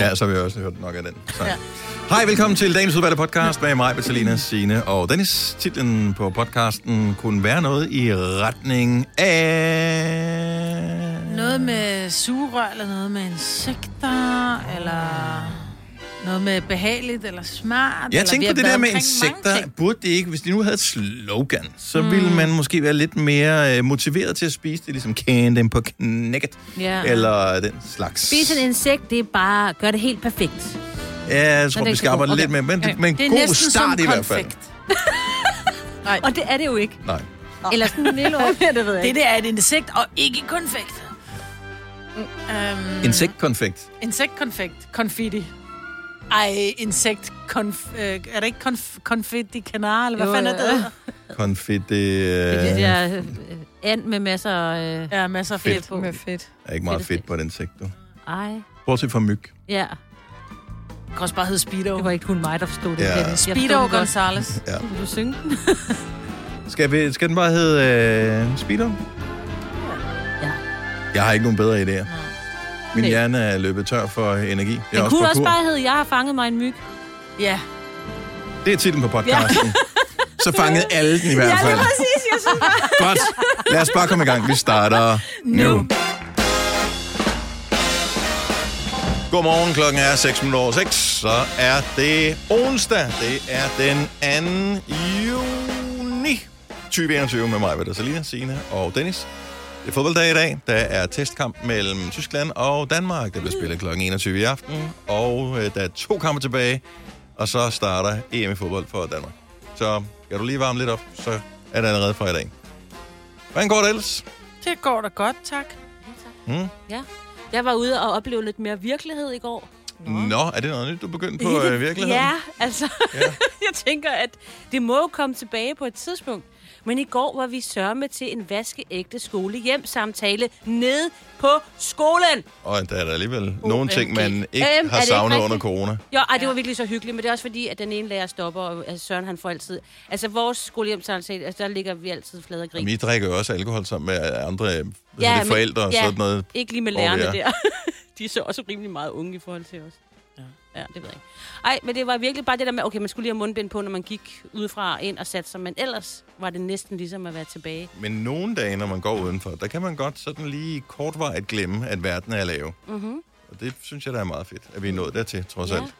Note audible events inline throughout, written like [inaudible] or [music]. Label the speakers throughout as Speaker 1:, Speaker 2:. Speaker 1: Ja, så har vi også hørt nok af den. Så. Ja. Hej, velkommen til dagens udvalgte podcast med mig, Bettelina, Signe og Dennis. Titlen på podcasten kunne være noget i retning af...
Speaker 2: Noget med sugerør, eller noget med insekter, eller noget med behageligt, eller smart.
Speaker 1: Jeg
Speaker 2: eller vi
Speaker 1: tænkte
Speaker 2: har
Speaker 1: på det
Speaker 2: været
Speaker 1: der med
Speaker 2: omkring mange
Speaker 1: insekter.
Speaker 2: ting.
Speaker 1: Burde det ikke, hvis de nu havde et slogan, så mm. ville man måske være lidt mere øh, motiveret til at spise det, ligesom can dem på knækket,
Speaker 3: Ja.
Speaker 1: eller den slags.
Speaker 3: Spis en insekt, det er bare, gør det helt perfekt.
Speaker 1: Ja, jeg tror,
Speaker 3: den
Speaker 1: vi
Speaker 3: er
Speaker 1: skal
Speaker 3: god.
Speaker 1: arbejde
Speaker 3: Okay.
Speaker 1: lidt med, men,
Speaker 3: Okay.
Speaker 1: okay. men
Speaker 3: Det er
Speaker 1: god
Speaker 3: næsten
Speaker 1: start
Speaker 3: som
Speaker 1: i hvert fald.
Speaker 3: konfekt. Og det er det jo ikke.
Speaker 1: Nej.
Speaker 3: Eller sådan en
Speaker 2: [laughs]
Speaker 3: lille år. det ved jeg
Speaker 2: Det der er et insekt, og ikke konfekt.
Speaker 1: Mm.
Speaker 2: Øhm,
Speaker 1: Insektkonfekt.
Speaker 2: Insektkonfekt. Konfetti. Ej, insekt... Konf, øh, er det ikke konf, konfetti canar, eller hvad
Speaker 3: Jo,
Speaker 2: fanden er
Speaker 3: jo.
Speaker 2: det?
Speaker 1: Konfekt, det
Speaker 3: Det
Speaker 1: øh,
Speaker 3: der øh, and med masser af... Øh,
Speaker 2: Ja, masser af
Speaker 1: Fedt.
Speaker 2: fedt.
Speaker 4: Med fedt.
Speaker 1: er ikke meget fedt på et insekt, du.
Speaker 3: ej,
Speaker 1: Bortset fra myg.
Speaker 3: ja.
Speaker 2: Det kan også bare hedde Speedo.
Speaker 3: Det var ikke kun mig, der forstod det.
Speaker 1: Ja.
Speaker 3: Dennis. Jeg forstod
Speaker 2: Speedo
Speaker 3: det godt.
Speaker 2: Gonzales.
Speaker 3: Vil du synge den?
Speaker 1: Skal, vi, skal den bare hedde øh, Speedo?
Speaker 3: Ja.
Speaker 1: Jeg har ikke nogen bedre idéer. Min
Speaker 3: Nej.
Speaker 1: hjerne er løbet tør for energi. Det er
Speaker 3: Den
Speaker 1: også
Speaker 3: kunne
Speaker 1: på
Speaker 3: også
Speaker 1: kur.
Speaker 3: bare hedde, jeg har fanget mig en myg.
Speaker 2: Ja.
Speaker 1: Det er titlen på podcasten. Så fangede alle den i hvert fald.
Speaker 3: præcis. Jeg synes
Speaker 1: Godt. Lad os bare komme i gang. Vi starter nu.
Speaker 2: Nu.
Speaker 1: nu. Godmorgen, klokken er 6 minutter over 6. Så er det onsdag. Det er den 2. juni 2021 med mig, Peter Salina, Signe og Dennis. Det er fodbolddag i dag. Der er testkamp mellem Tyskland og Danmark. Der bliver spillet kl. 21 i aften. Og øh, der er to kampe tilbage. Og så starter EM i fodbold for Danmark. Så kan du lige varme lidt op, så er det allerede fra i dag. Hvordan går det ellers?
Speaker 2: Det går da godt, tak.
Speaker 1: Hmm?
Speaker 3: Ja. Jeg var ude og opleve lidt mere virkelighed i går.
Speaker 1: Nå, er det noget nyt, du begyndte på øh, virkeligheden?
Speaker 3: [laughs] Ja, altså, ja. [laughs] jeg tænker, at det må jo komme tilbage på et tidspunkt. Men i går var vi sørme til en vaskeægte skolehjemsamtale nede på skolen.
Speaker 1: Og der er der alligevel nogle ting, man ikke
Speaker 3: Øhm, er
Speaker 1: har
Speaker 3: det ikke
Speaker 1: savnet
Speaker 3: rigtigt?
Speaker 1: under corona.
Speaker 3: Jo, ej, det var virkelig så hyggeligt, men det er også fordi, at den ene lærer stopper, og altså, Søren han får altid... Altså, vores skolehjemsamtale, altså, der ligger vi altid flad og grin.
Speaker 1: Men I drikker jo også alkohol sammen med andre ja, altså, det, forældre og
Speaker 3: ja,
Speaker 1: sådan noget.
Speaker 3: ikke lige med
Speaker 1: hvor vi
Speaker 3: lærerne
Speaker 1: er.
Speaker 3: der. [laughs] [laughs] De er så også rimelig meget unge i forhold til os. Ja. ja, det ved jeg ikke. Ej, men det var virkelig bare det der med, okay, man skulle lige have mundbind på, når man gik udefra og ind og satte sig, men ellers var det næsten ligesom at være tilbage.
Speaker 1: Men nogle dage, når man går udenfor, der kan man godt sådan lige kortvarigt glemme, at verden er lav. Mm-hmm. Og det synes jeg, der er meget fedt, at vi er nået dertil, trods
Speaker 3: Ja.
Speaker 1: alt.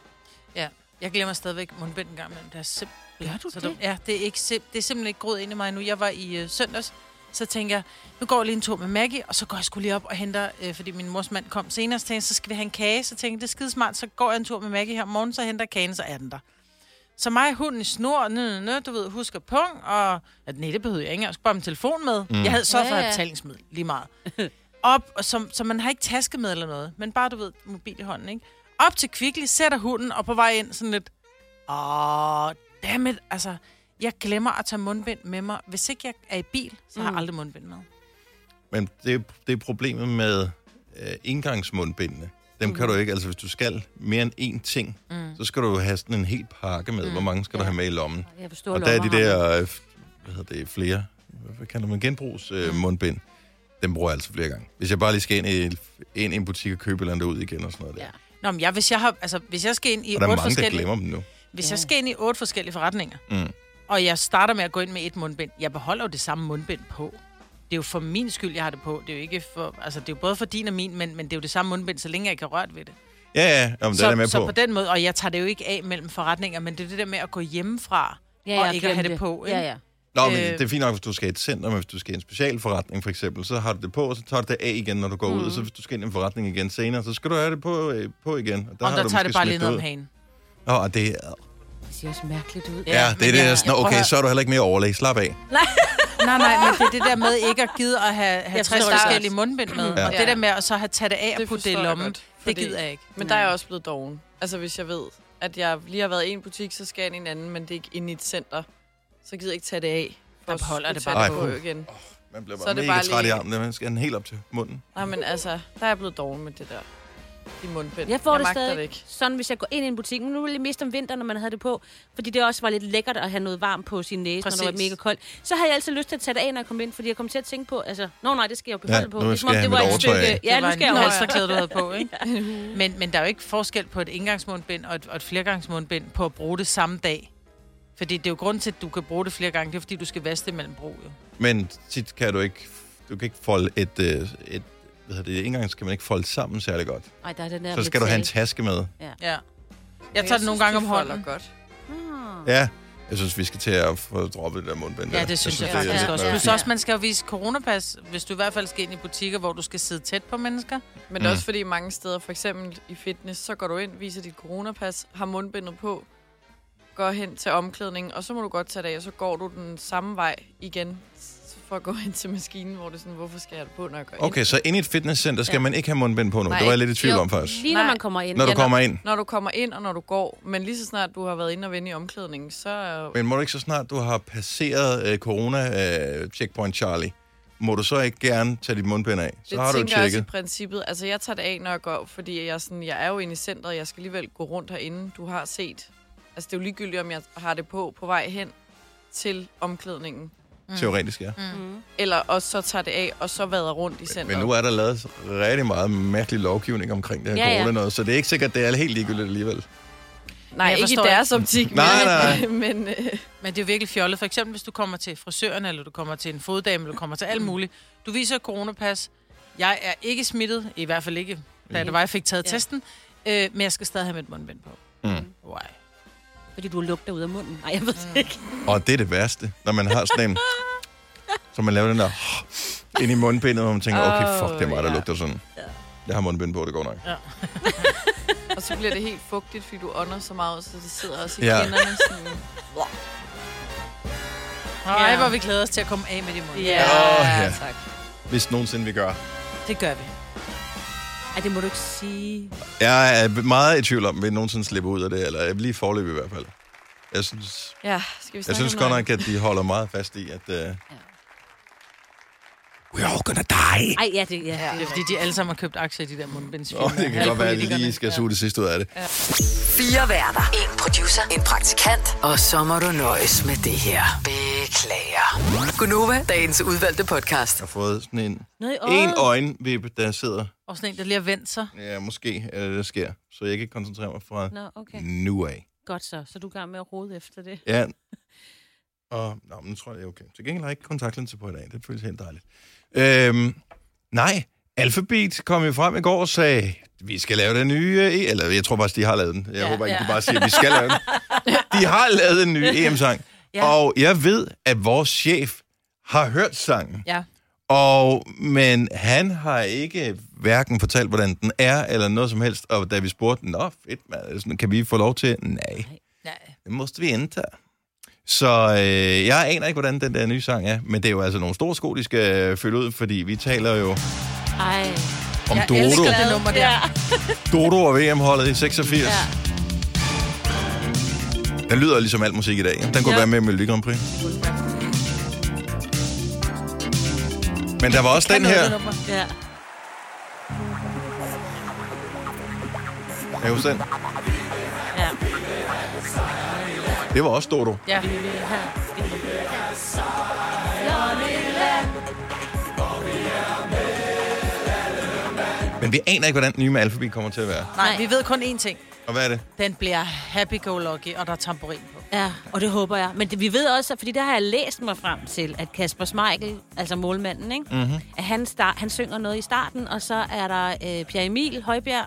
Speaker 2: Ja. Jeg glemmer stadigvæk mundbind en gang imellem. Det er simpelthen
Speaker 3: Gør du
Speaker 2: så
Speaker 3: det?
Speaker 2: dumt. Ja, det er, ikke sim- det er simpelthen ikke groet ind i mig nu. Jeg var i øh, søndags, så tænker jeg, nu går jeg lige en tur med Maggie, og så går jeg skulle lige op og henter, øh, fordi min mors mand kom senere, så tænkte jeg, så skal vi have en kage. Så tænkte jeg, det er skidesmart, så går jeg en tur med Maggie her om morgenen, så henter jeg kagen, så er den der. Så mig og hunden i snor, nø, nø, nø, du ved, husker pung, og... Ja, nej, det behøvede jeg ikke engang. Jeg skulle bare have min telefon med. Mm. Jeg havde så
Speaker 3: Ja,
Speaker 2: for
Speaker 3: ja.
Speaker 2: et betalingsmiddel lige
Speaker 1: [laughs]
Speaker 2: meget. Op, og som, så man har ikke taske med eller noget, men bare, du ved, mobil i hånden, ikke? Op til Kvickly, sætter hunden, og på vej ind sådan lidt... Åh, dammit, altså... Jeg glemmer at tage mundbind med mig. Hvis ikke jeg er i bil, så
Speaker 1: Mm.
Speaker 2: har jeg aldrig mundbind med.
Speaker 1: Men det, det er problemet med øh, indgangsmundbindene. Dem mm. kan du ikke, altså hvis du skal mere end én ting, mm. så skal du have sådan en hel pakke med. Mm. Hvor mange skal ja. du have med i lommen?
Speaker 3: Jeg forstår
Speaker 1: Og der er de der, øh, hvad hedder det, flere, hvad kalder man, genbrugs øh, mundbind. Dem bruger jeg altså flere gange. Hvis jeg bare lige skal ind i, ind i en butik og købe et eller andet ud igen og sådan noget der.
Speaker 3: Ja.
Speaker 1: Ja.
Speaker 2: Nå, men jeg, hvis, jeg har, altså, hvis jeg skal ind i
Speaker 1: Og der er
Speaker 2: otte
Speaker 1: mange, der
Speaker 2: forskellige...
Speaker 1: glemmer dem nu.
Speaker 2: Hvis
Speaker 3: Ja.
Speaker 2: ja. jeg skal ind i otte forskellige forretninger,
Speaker 1: Mm.
Speaker 2: og jeg starter med at gå ind med et mundbind, jeg beholder jo det samme mundbind på. Det er jo for min skyld, jeg har det på. Det er jo ikke for, altså, det er jo både for din og min, men, men det er jo det samme mundbind, så længe jeg ikke har rørt ved det.
Speaker 1: Ja, ja, jamen,
Speaker 2: så,
Speaker 1: det er jeg med
Speaker 2: så
Speaker 1: på.
Speaker 2: på den måde, og jeg tager det jo ikke af mellem forretninger, men det er det der med at gå hjemmefra
Speaker 3: ja,
Speaker 2: og ikke at have det, på. Ikke?
Speaker 3: Ja, ja.
Speaker 1: Nå, men
Speaker 2: øh,
Speaker 1: det er fint nok, hvis du skal i et center, men hvis du skal i en specialforretning for eksempel, så har du det på, og så tager du det af igen, når du går mm. ud, og så hvis du skal ind i en forretning igen senere, så skal du have det på, øh, på igen. Og der,
Speaker 2: Og
Speaker 1: har
Speaker 2: der
Speaker 1: du
Speaker 2: tager
Speaker 1: måske
Speaker 2: det bare lige
Speaker 1: smidt
Speaker 2: ned om
Speaker 1: ud.
Speaker 2: hagen.
Speaker 1: Nå, og det er...
Speaker 3: Det ser også mærkeligt ud.
Speaker 1: Ja, det er
Speaker 2: men
Speaker 1: det,
Speaker 2: jeg-
Speaker 1: jeg, sådan,
Speaker 2: jeg- prøv at
Speaker 1: okay,
Speaker 2: høre.
Speaker 1: så er du heller ikke mere overlæg. Slap af.
Speaker 2: [laughs] Nej, nej, men det er det der med ikke at gide at have, have
Speaker 3: Jeg
Speaker 2: 60
Speaker 3: forstår det
Speaker 2: forskellige mundbind med.
Speaker 1: Ja.
Speaker 2: Og det der med at så have taget det af og
Speaker 4: Det
Speaker 2: putte det i
Speaker 4: forstår jeg
Speaker 2: lommen,
Speaker 4: godt,
Speaker 2: det
Speaker 4: fordi-
Speaker 2: gider jeg ikke. Mm.
Speaker 4: Men der er jeg også blevet doven. Altså, hvis jeg ved, at jeg lige har været i en butik, så skal jeg ind i en anden, men det er ikke inde i et center. Så gider jeg ikke tage det af. For
Speaker 2: Der beholder
Speaker 4: at
Speaker 2: det
Speaker 4: skulle
Speaker 1: bare
Speaker 4: tage
Speaker 1: på.
Speaker 4: det på igen.
Speaker 1: Man bliver
Speaker 4: Så er
Speaker 1: bare
Speaker 4: det
Speaker 1: mega
Speaker 4: bare
Speaker 1: træt i
Speaker 4: lige-
Speaker 1: armen, man skal have den helt op til munden.
Speaker 4: Nej, men altså, der er jeg blevet doven med det der. de mundbind.
Speaker 3: Jeg får
Speaker 4: jeg
Speaker 3: det
Speaker 4: magter
Speaker 3: stadig.
Speaker 4: Det ikke.
Speaker 3: Sådan, hvis jeg går ind i en butik. Nu ville jeg miste om vinteren, når man havde det på. Fordi det også var lidt lækkert at have noget varmt på sin næse, Præcis. når det var
Speaker 2: Præcis.
Speaker 3: mega koldt. Så havde jeg altid lyst til at tage det af, når jeg kom ind. Fordi jeg kom til at tænke på, altså... Nå nej, det skal jeg jo beholde
Speaker 1: Ja,
Speaker 3: på. Ligesom
Speaker 1: nu
Speaker 3: Det er,
Speaker 1: skal jeg have mit overtøj af.
Speaker 3: Ja,
Speaker 2: det var
Speaker 3: nu skal jeg
Speaker 2: en
Speaker 3: jo
Speaker 4: have-
Speaker 2: halsterklæde, du havde
Speaker 3: [laughs]
Speaker 2: på, [laughs] ikke? men, men der er jo ikke forskel på et engangsmundbind og et, og et flergangsmundbind på at bruge det samme dag. Fordi det er jo grund til, at du kan bruge det flere gange. Det er fordi, du skal vaske det mellem brug, jo.
Speaker 1: Men tit kan du ikke, du kan ikke folde et, øh, et hvad hedder det, engang kan man ikke folde sammen særlig godt.
Speaker 3: Ej, der er den der
Speaker 1: Så skal du have en taske med.
Speaker 2: Ja. Jeg tager det nogle gange om hånden.
Speaker 4: godt.
Speaker 3: Ah.
Speaker 1: Ja, jeg synes, vi skal til at få droppet det der mundbind. der.
Speaker 2: Ah. Ja, det synes jeg,
Speaker 1: det er
Speaker 2: faktisk
Speaker 1: lidt
Speaker 2: også.
Speaker 1: mærkeligt.
Speaker 2: Plus også, man skal jo vise coronapas, hvis du i hvert fald skal ind i butikker, hvor du skal sidde tæt på mennesker.
Speaker 4: Men det er
Speaker 1: Mm.
Speaker 4: også fordi mange steder, for eksempel i fitness, så går du ind, viser dit coronapas, har mundbindet på, går hen til omklædningen, og så må du godt tage det af, og så går du den samme vej igen s- for at gå [laughs] hen til maskinen, hvor det er sådan, hvorfor skal jeg have det på, når jeg går ind?
Speaker 1: Okay, så ind i et fitnesscenter skal
Speaker 4: Ja.
Speaker 1: man ikke have mundbind på nu.
Speaker 4: Nej,
Speaker 1: Det var jeg lidt i tvivl om faktisk.
Speaker 3: Lige når
Speaker 4: Nej.
Speaker 3: man kommer ind.
Speaker 1: Når du
Speaker 4: Ja, når-
Speaker 1: kommer ind.
Speaker 4: Når du kommer ind, og når du går, men lige så snart du har været inde og vende i omklædningen, så... øh,
Speaker 1: Men må du ikke så snart, du har passeret øh, corona-checkpoint Charlie, må du så ikke gerne tage dit mundbind af? Så
Speaker 4: Det
Speaker 1: har du
Speaker 4: tænker jeg også i
Speaker 1: tjekket.
Speaker 4: princippet. Altså, jeg tager det af, når jeg går, fordi jeg, er sådan, jeg er jo inde i centret, jeg skal alligevel gå rundt herinde. Du har set. Altså, det er jo ligegyldigt, om jeg har det på på vej hen til omklædningen.
Speaker 1: Mm.
Speaker 4: Mm.
Speaker 1: Teoretisk, ja.
Speaker 2: Mm.
Speaker 4: Eller også så tager det af, og så vader rundt i centret.
Speaker 1: Men nu er der lavet rigtig meget mærkelig lovgivning omkring det her
Speaker 3: Ja, ja.
Speaker 1: corona noget, så det er ikke sikkert, det er helt ligegyldigt alligevel.
Speaker 4: Nej,
Speaker 2: Jeg
Speaker 4: ikke i
Speaker 2: forstår
Speaker 4: deres
Speaker 2: [laughs]
Speaker 4: optik. [laughs]
Speaker 1: Nej, nej.
Speaker 4: men,
Speaker 3: [laughs]
Speaker 4: men øh,
Speaker 2: Men det er jo virkelig fjollet. For eksempel, hvis du kommer til frisøren, eller du kommer til en foddame, eller du kommer til
Speaker 3: Mm.
Speaker 2: alt muligt. Du viser coronapas. Jeg er ikke smittet, i hvert fald ikke, da det var, jeg fik taget
Speaker 3: Ja.
Speaker 2: ja. testen. Øh, men jeg skal stadig have mit mundbind på.
Speaker 1: Mm.
Speaker 2: Why? Mm.
Speaker 3: Fordi du lugter ud af munden. Nej, jeg ved det ikke.
Speaker 1: Og det er det værste, når man har
Speaker 4: [laughs]
Speaker 1: sådan en... Så man laver den der... ind i mundbindet, og man tænker, okay, fuck, det er mig, der
Speaker 4: ja.
Speaker 1: lugter sådan. Jeg har mundbind på, det går nok.
Speaker 4: og så bliver det helt fugtigt, fordi du ånder så meget, ud, så det sidder også i
Speaker 1: Ja.
Speaker 4: ja. kinderne. Sådan.
Speaker 2: Nej,
Speaker 4: Ja.
Speaker 2: hvor vi glæder os til at komme af med det mundbind.
Speaker 4: Ja,
Speaker 1: Åh, ja.
Speaker 4: tak.
Speaker 1: Hvis nogensinde vi gør.
Speaker 2: Det gør vi.
Speaker 3: Ej, det må du ikke sige.
Speaker 1: Jeg er meget i tvivl om, om vi nogensinde slipper ud af det, eller jeg vil lige forløbe i hvert fald. Jeg synes,
Speaker 4: Ja, skal vi
Speaker 1: jeg
Speaker 4: snakke
Speaker 1: synes
Speaker 4: om
Speaker 1: godt
Speaker 4: noget?
Speaker 1: nok, at de holder meget fast i, at... Uh... We're all gonna die.
Speaker 3: Ej, ja, det, ja,
Speaker 2: Det er fordi, de alle sammen har købt aktier i de der mundbindsfirmaer.
Speaker 1: Åh, det kan
Speaker 2: Alle
Speaker 1: godt være, at jeg
Speaker 2: politikerne.
Speaker 1: lige skal suge det sidste ud af det.
Speaker 5: Fire værter. En producer. En praktikant. Og så må du nøjes med det her. Beklager. Gunova, dagens udvalgte podcast.
Speaker 1: Jeg har fået sådan en,
Speaker 3: Noget i
Speaker 1: en
Speaker 3: øjet.
Speaker 1: øjenvip, der sidder.
Speaker 2: Og sådan en, der lige har vendt sig.
Speaker 1: Ja, måske er det, der sker. Så jeg kan ikke koncentrere mig fra
Speaker 3: Nå, okay.
Speaker 1: nu af.
Speaker 3: Godt så. Så du er i gang med at rode efter det.
Speaker 1: Ja. Og, nå, men nu tror jeg, det er okay. Til gengæld har jeg ikke kontaktlinser på i dag. Det føles helt dejligt. Øhm, nej, Alphabet kom jo frem i går og sagde, vi skal lave den nye, øh, E-" eller jeg tror faktisk, de har lavet den. Jeg ja,
Speaker 2: Ja,
Speaker 1: håber ikke, ja.
Speaker 2: ja.
Speaker 1: de bare siger, at vi skal lave den. De har lavet en ny EM-sang. Ja.
Speaker 2: Ja.
Speaker 1: Og jeg ved, at vores chef har hørt sangen.
Speaker 2: Ja.
Speaker 1: Og, men han har ikke hverken fortalt, hvordan den er, eller noget som helst. Og da vi spurgte, nå fedt, mand, sådan, kan vi få lov til? Nej,
Speaker 2: Nej.
Speaker 1: det måtte vi indtage. Så øh, jeg aner ikke, hvordan den der nye sang er, men det er jo altså nogle store sko, de skal øh, fylde ud, fordi vi taler jo
Speaker 3: Ej.
Speaker 1: om
Speaker 2: Jeg
Speaker 1: Dodo.
Speaker 2: elsker det nummer der.
Speaker 3: Ja.
Speaker 1: Dodo og VM-holdet i 86. Ja. Den lyder ligesom alt musik i dag. ja. Den kunne ja.
Speaker 3: Ja.
Speaker 1: være med i Melodi Grand Prix. Men der var også den her.
Speaker 2: Nummer.
Speaker 3: Ja.
Speaker 1: Kan I huske den?
Speaker 3: Ja.
Speaker 1: Det var også Dodo.
Speaker 2: Ja.
Speaker 1: Men vi aner ikke, hvordan den nye med Alphabet kommer til at være.
Speaker 2: Nej, vi ved kun én ting.
Speaker 1: Og hvad er det?
Speaker 2: Den bliver happy-go-lucky, og der er tamburin på.
Speaker 3: Ja, og det håber jeg. Men det, vi ved også, fordi der har jeg læst mig frem til, at Kasper Schmeichel, altså målmanden, ikke?
Speaker 1: Mhm.
Speaker 3: Mm-hmm. At han, start, han synger noget i starten, og så er der øh, Pierre Emil Højbjerg,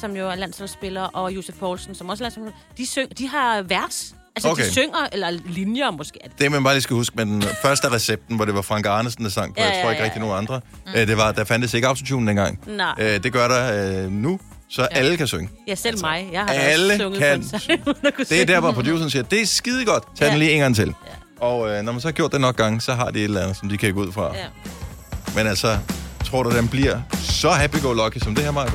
Speaker 3: som jo er landsholdsspiller, og Josef Poulsen, som også er landsholdsspiller. De, syng, de har vers. Altså, okay.
Speaker 1: Okay.
Speaker 3: de synger, eller linjer måske. Er det-
Speaker 1: Det, man bare lige skal huske med den første recepten, hvor det var Frank Arnesen, der sang på, ja, jeg tror ikke ja, ja. rigtig nogen andre. Mm. Det var, der fandtes ikke autotune dengang.
Speaker 3: Nej.
Speaker 1: Øh, Det gør der øh, nu, så ja. alle kan synge.
Speaker 3: Ja, selv altså, mig. Jeg har da
Speaker 1: alle
Speaker 3: også sunget
Speaker 1: kan.
Speaker 3: på en sang, uden at kunne
Speaker 1: Det er
Speaker 3: synge.
Speaker 1: der, hvor produceren siger, det er skide godt. Tag ja. den
Speaker 3: Ja.
Speaker 1: lige en gang til. Ja. Og øh, når man så har gjort det nok gange, så har de et eller andet, som de kan gå ud fra. Ja.
Speaker 3: Ja.
Speaker 1: Men altså, tror du, den bliver så happy-go-lucky som det her, Maja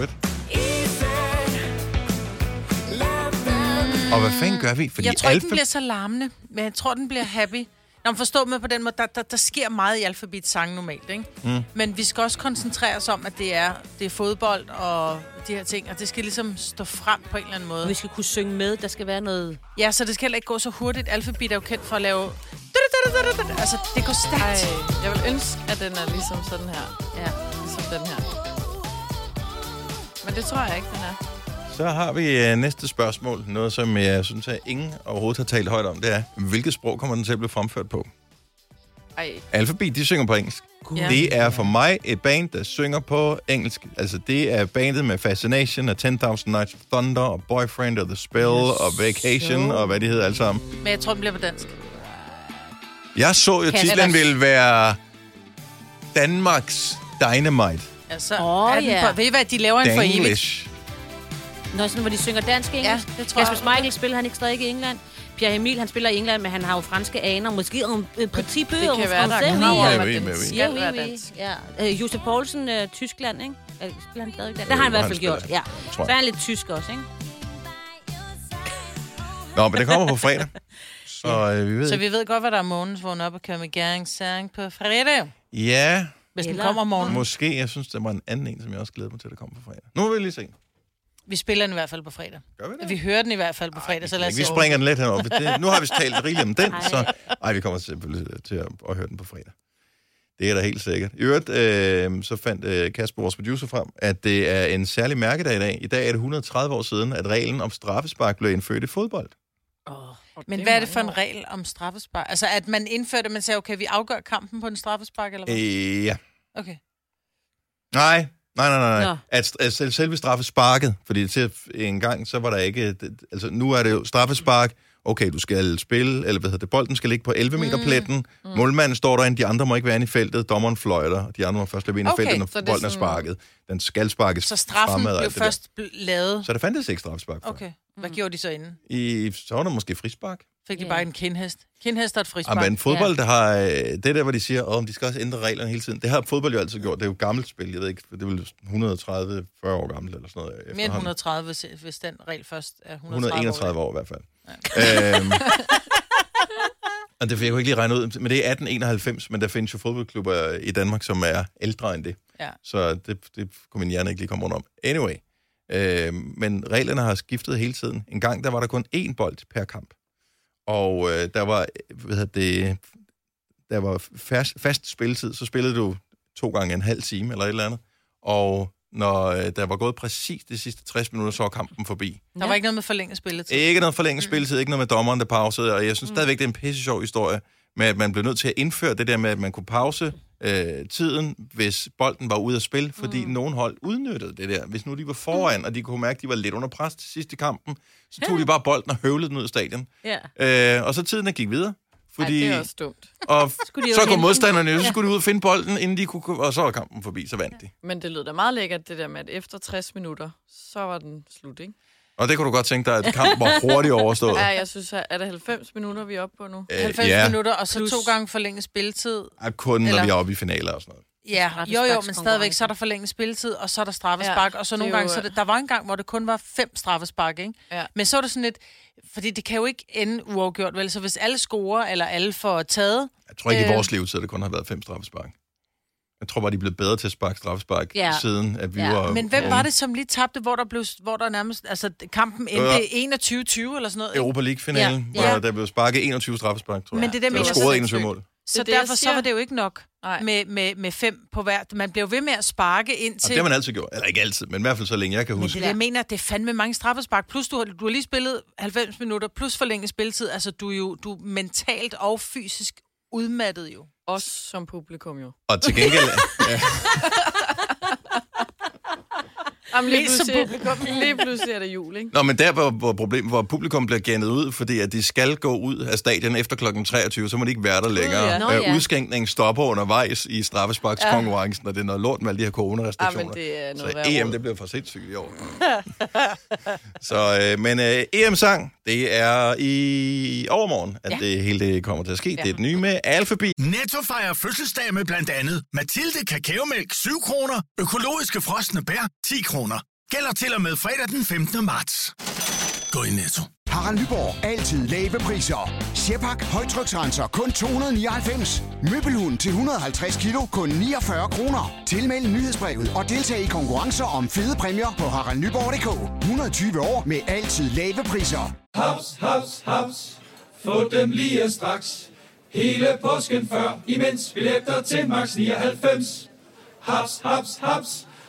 Speaker 1: Og hvad fanden gør vi? Fordi
Speaker 2: Jeg tror ikke,
Speaker 1: Alpha-
Speaker 2: den bliver så larmende, men jeg tror, den bliver happy. Nå, men forstå mig på den måde, der, der, der sker meget i alfabet sang normalt, ikke?
Speaker 1: Mm.
Speaker 2: Men vi skal også koncentrere os om, at det er, det er fodbold og de her ting, og det skal ligesom stå frem på en eller anden måde.
Speaker 3: Vi skal kunne synge med, der skal være noget...
Speaker 2: Ja, så det skal heller ikke gå så hurtigt. Alfabet er jo kendt for at lave... Altså, det går
Speaker 4: Ej,
Speaker 2: stærkt.
Speaker 4: jeg vil ønske, at den er ligesom sådan her.
Speaker 3: Ja.
Speaker 4: Ligesom den her. Men det tror jeg ikke, den er.
Speaker 1: Så har vi øh, næste spørgsmål. Noget, som jeg synes, at ingen overhovedet har talt højt om, det er, hvilket sprog kommer den til at blive fremført på?
Speaker 4: Ej,
Speaker 1: Alphabet, de synger på engelsk. Cool.
Speaker 4: Ja.
Speaker 1: Det er for mig et band, der synger på engelsk. Altså, det er bandet med Fascination og 10.000 Nights of Thunder og Boyfriend og The Spell og Vacation og hvad de hedder alle sammen.
Speaker 2: Men jeg tror, den bliver på dansk.
Speaker 1: Jeg så jo,
Speaker 3: Kan jeg
Speaker 1: titlen
Speaker 3: ellers-
Speaker 1: ville være Danmarks Dynamite.
Speaker 2: Ja, så Altså, er
Speaker 3: Åh,
Speaker 2: den
Speaker 3: ja.
Speaker 2: på... Ved I hvad, de laver en for evigt.
Speaker 1: English.
Speaker 3: Nå, sådan, hvor de synger dansk engelsk.
Speaker 2: Ja, det tror jeg.
Speaker 3: Kasper Schmeichel spiller han ikke stadig i England. Pierre Emil, han spiller i England, men han har jo franske aner. Måske en øh, petit peu.
Speaker 4: det kan være, der er
Speaker 1: vi-
Speaker 4: krav om,
Speaker 1: Ja, vi-
Speaker 4: at den
Speaker 1: men vi-
Speaker 3: Ja,
Speaker 4: skal
Speaker 3: oui,
Speaker 4: være
Speaker 3: oui.
Speaker 4: dansk.
Speaker 3: ja. Øh, Josef Poulsen, øh, Tyskland, ikke? Øh, Spiller han stadig i Danmark? Det
Speaker 1: Øh,
Speaker 3: har han i
Speaker 1: hvor
Speaker 3: hvert fald
Speaker 1: han
Speaker 3: gjort,
Speaker 1: spiller,
Speaker 3: ja.
Speaker 1: tror jeg.
Speaker 3: Så er han lidt tysk også, ikke?
Speaker 1: Nå, men det kommer på
Speaker 2: [laughs]
Speaker 1: fredag. Så øh, vi ved
Speaker 2: Så
Speaker 1: ikke.
Speaker 2: vi ved godt, hvad der er månens vågen op og kører med gæringssang på fredag.
Speaker 1: Ja,
Speaker 2: Hvis den
Speaker 3: Eller-
Speaker 2: kommer om morgenen.
Speaker 1: måske. Jeg synes, der var en anden en, som jeg også glæder mig til, at komme på fredag. Nu vil vi lige se.
Speaker 2: Vi spiller den i hvert fald på fredag.
Speaker 1: Gør vi det?
Speaker 2: Vi hører den i hvert fald på fredag, så lad os
Speaker 1: Ikke, vi
Speaker 2: se.
Speaker 1: springer den lidt herover. Det, nu har vi talt rigeligt om den, så... Ej, vi kommer selvfølgelig til at, at høre den på fredag. Det er da helt sikkert. I øvrigt, øh, så fandt øh, Kasper, vores producer, frem, at det er en særlig mærkedag i dag. I dag er det 130 år siden, at reglen om straffespark blev indført i fodbold.
Speaker 2: Men hvad er det for en regel om straffespark? Altså, at man indførte, man sagde, okay, vi afgør kampen på en straffespark, eller hvad?
Speaker 1: Øh, ja.
Speaker 2: Okay.
Speaker 1: Nej, nej, nej, nej. nej.
Speaker 3: Nå.
Speaker 1: At, at selv, selve straffesparket, fordi til en gang, så var der ikke... det- Altså, nu er det jo straffespark. Okay, du skal spille, eller hvad hedder det, bolden skal ligge på 11 meter pletten. Mm. Målmanden står derinde, de andre må ikke være inde i feltet. Dommeren fløjter, de andre må først løbe ind i
Speaker 2: Okay,
Speaker 1: feltet, når
Speaker 4: så det er
Speaker 1: bolden er
Speaker 4: sådan-
Speaker 1: sparket. Den skal sparkes
Speaker 2: Så straffen
Speaker 1: fremad og
Speaker 2: blev
Speaker 1: alt det der.
Speaker 2: først bl- lavet.
Speaker 1: Så der fandtes ikke straffespark før.
Speaker 2: Okay. Hvad gjorde de så inden?
Speaker 1: I, så var der måske frispark.
Speaker 2: Fik de
Speaker 3: Ja.
Speaker 2: bare en kindhest? Kindhest er et frispark.
Speaker 1: Jamen, men fodbold, der har, øh, det der, hvor de siger, at de skal også ændre reglerne hele tiden, det har fodbold jo altid gjort. Det er jo et gammelt spil, jeg ved ikke, det er vel 130-40 år gammelt eller sådan noget.
Speaker 2: Mere end
Speaker 1: efterhånden.
Speaker 2: 130, hvis, hvis den regel først er 130
Speaker 1: 131
Speaker 2: år.
Speaker 1: år i hvert fald. Ja. Øhm, og det fik jeg kunne ikke lige regne ud, men det er 1891, men der findes jo fodboldklubber i Danmark, som er ældre end det.
Speaker 2: Ja.
Speaker 1: Så det, det kunne min hjerne ikke lige komme rundt om. Anyway, øhm, men reglerne har skiftet hele tiden. En gang, der var der kun én bold per kamp. Og øh, der var, øh, hvad hedder det, der var fast, fast spilletid, så spillede du to gange en halv time eller et eller andet. Og når øh, der var gået præcis de sidste 60 minutter, så var kampen forbi.
Speaker 2: [laughs] Der var ikke noget med forlænget spilletid.
Speaker 1: Ikke noget forlænget spilletid, ikke noget med dommeren, der pausede, og jeg synes stadigvæk, det er en pisse sjov historie, med at man blev nødt til at indføre det der med, at man kunne pause øh, tiden, hvis bolden var ude af spil, fordi mm. nogen hold udnyttede det der. Hvis nu de var foran, og de kunne mærke, at de var lidt under pres til sidst i kampen, så tog de bare bolden og høvlede den ud af stadion.
Speaker 3: Ja.
Speaker 1: Øh, og så tiden der gik videre.
Speaker 4: Ej,
Speaker 1: Fordi,
Speaker 4: det er også dumt.
Speaker 1: [laughs] og
Speaker 3: Skulle de jo
Speaker 1: så kunne
Speaker 3: hente den.
Speaker 1: modstanderne, jo, så skulle de ud og finde bolden, inden de kunne, og så var kampen forbi, så vandt de.
Speaker 4: Men det lød da meget lækkert, det der med, at efter 60 minutter, så var den slut, ikke?
Speaker 1: Og det kunne du godt tænke dig, at kampen var
Speaker 4: [laughs]
Speaker 1: hurtigt overstået.
Speaker 4: Ja, jeg synes, at er det 90 minutter, vi er oppe på nu?
Speaker 1: Øh,
Speaker 2: 90
Speaker 1: ja.
Speaker 2: minutter, og så
Speaker 3: Plus-
Speaker 2: to gange forlænget spilletid.
Speaker 1: Ej, Kun når
Speaker 2: Eller-
Speaker 1: vi er oppe i finaler og sådan noget.
Speaker 2: Ja, jo jo, men stadigvæk,
Speaker 3: konkurrence.
Speaker 2: så er der forlænget spilletid, og så er der straffespark, ja,
Speaker 4: Ja,
Speaker 2: og så
Speaker 4: det
Speaker 2: nogle
Speaker 4: er jo, øh,
Speaker 2: gange, så er det, der var en gang, hvor det kun var fem straffespark, ikke?
Speaker 4: Ja.
Speaker 2: Men så er det sådan lidt, fordi det kan jo ikke ende uafgjort, vel? Så hvis alle scorer, eller alle får taget,
Speaker 1: Jeg tror ikke, øh... i
Speaker 2: Øh.
Speaker 1: vores levetid, der kun har været fem straffespark. Jeg tror bare, de er blevet bedre til at sparke straffespark, ja.
Speaker 3: Ja.
Speaker 1: siden at vi
Speaker 3: Ja.
Speaker 1: var...
Speaker 2: men hvem
Speaker 1: unge.
Speaker 2: var det, som lige tabte, hvor der blev, hvor der nærmest, altså kampen endte 21-20
Speaker 1: Ja.
Speaker 2: eller sådan noget, ikke?
Speaker 1: Europa League-finalen, ja.
Speaker 2: Ja.
Speaker 1: hvor der blev sparket 21 straffespark, tror jeg.
Speaker 2: Men det er det, jeg
Speaker 1: der
Speaker 2: mener,
Speaker 1: blev scoret
Speaker 2: så-
Speaker 1: 21 mål.
Speaker 2: Så
Speaker 4: det,
Speaker 2: det,
Speaker 4: jeg
Speaker 2: derfor så
Speaker 4: siger.
Speaker 2: var det jo ikke nok
Speaker 4: Nej.
Speaker 2: med, med, med fem på hver. Man blev ved med at sparke ind
Speaker 1: Og
Speaker 2: til...
Speaker 1: det har man altid gjort. Eller ikke altid, men i hvert fald så længe jeg kan
Speaker 2: Men
Speaker 1: huske.
Speaker 2: det, er det, jeg mener, det er fandme mange straffespark. Plus, du har, du har lige spillet 90 minutter, plus forlænget spilletid. Altså, du er jo du er mentalt og fysisk udmattet jo.
Speaker 4: Os som publikum jo.
Speaker 1: Og til gengæld... ja.
Speaker 4: Jamen, lige,
Speaker 2: Mest som
Speaker 4: pludselig, lige pludselig er det jul, ikke?
Speaker 1: Nå, men der, hvor, hvor, problem, hvor publikum bliver gennet ud, fordi at de skal gå ud af stadion efter kl. 23, så må de ikke være der længere.
Speaker 3: ja.
Speaker 1: Øh,
Speaker 3: Nå, ja.
Speaker 1: Udskænkningen stopper undervejs i straffesparkskonkurrencen, og det er noget lort med alle de her coronarestriktioner.
Speaker 4: Ja, men det er noget
Speaker 1: så
Speaker 4: værre
Speaker 1: EM,
Speaker 4: råd.
Speaker 1: Ah, det bliver for sindssygt i år. så, øh, men øh, EM-sang, det er i overmorgen, at ja. det hele det kommer til at ske. Ja. Det er det nye med Alphabi.
Speaker 6: Netto fejrer fødselsdag med blandt andet Mathilde Kakaomælk 7 kroner, økologiske frosne bær 10 kroner. Gælder til og med fredag den 15. marts. Gå i Netto.
Speaker 7: Harald Nyborg. Altid lave priser. Sjehpak. Højtryksrenser. Kun 299. Møbelhund til 150 kilo. Kun 49 kroner. Tilmeld nyhedsbrevet og deltag i konkurrencer om fede præmier på haraldnyborg.dk. 120 år med altid lave priser.
Speaker 8: Haps, haps, haps. Få dem lige straks. Hele påsken før, imens billetter til max 99. Haps, haps, haps.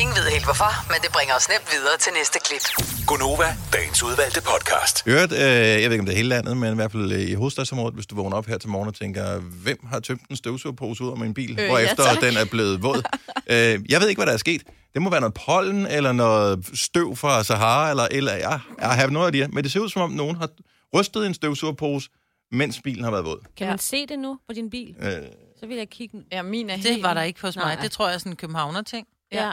Speaker 5: Ingen ved helt hvorfor, men det bringer os nemt videre til næste klip.
Speaker 9: Gunova, dagens udvalgte podcast.
Speaker 1: Hørt, øh, jeg ved ikke, om det er hele landet, men i hvert fald øh, i hovedstadsområdet, hvis du vågner op her til morgen og tænker, hvem har tømt en støvsugerpose ud af min bil,
Speaker 9: Øh,
Speaker 1: øh, efter
Speaker 9: ja, tak.
Speaker 1: den er blevet
Speaker 9: [laughs]
Speaker 1: våd? øh, jeg ved ikke, hvad der er sket. Det må være noget pollen, eller noget støv fra Sahara, eller, eller jeg, jeg har noget af det Men det ser ud, som om nogen har rystet en støvsugerpose, mens bilen har været våd.
Speaker 3: Kan ja. man se det nu på din bil?
Speaker 1: Øh,
Speaker 3: Så vil jeg kigge.
Speaker 4: Ja, min er
Speaker 2: Det var der ikke hos mig. Det tror jeg er sådan en københavner-ting.
Speaker 3: Ja.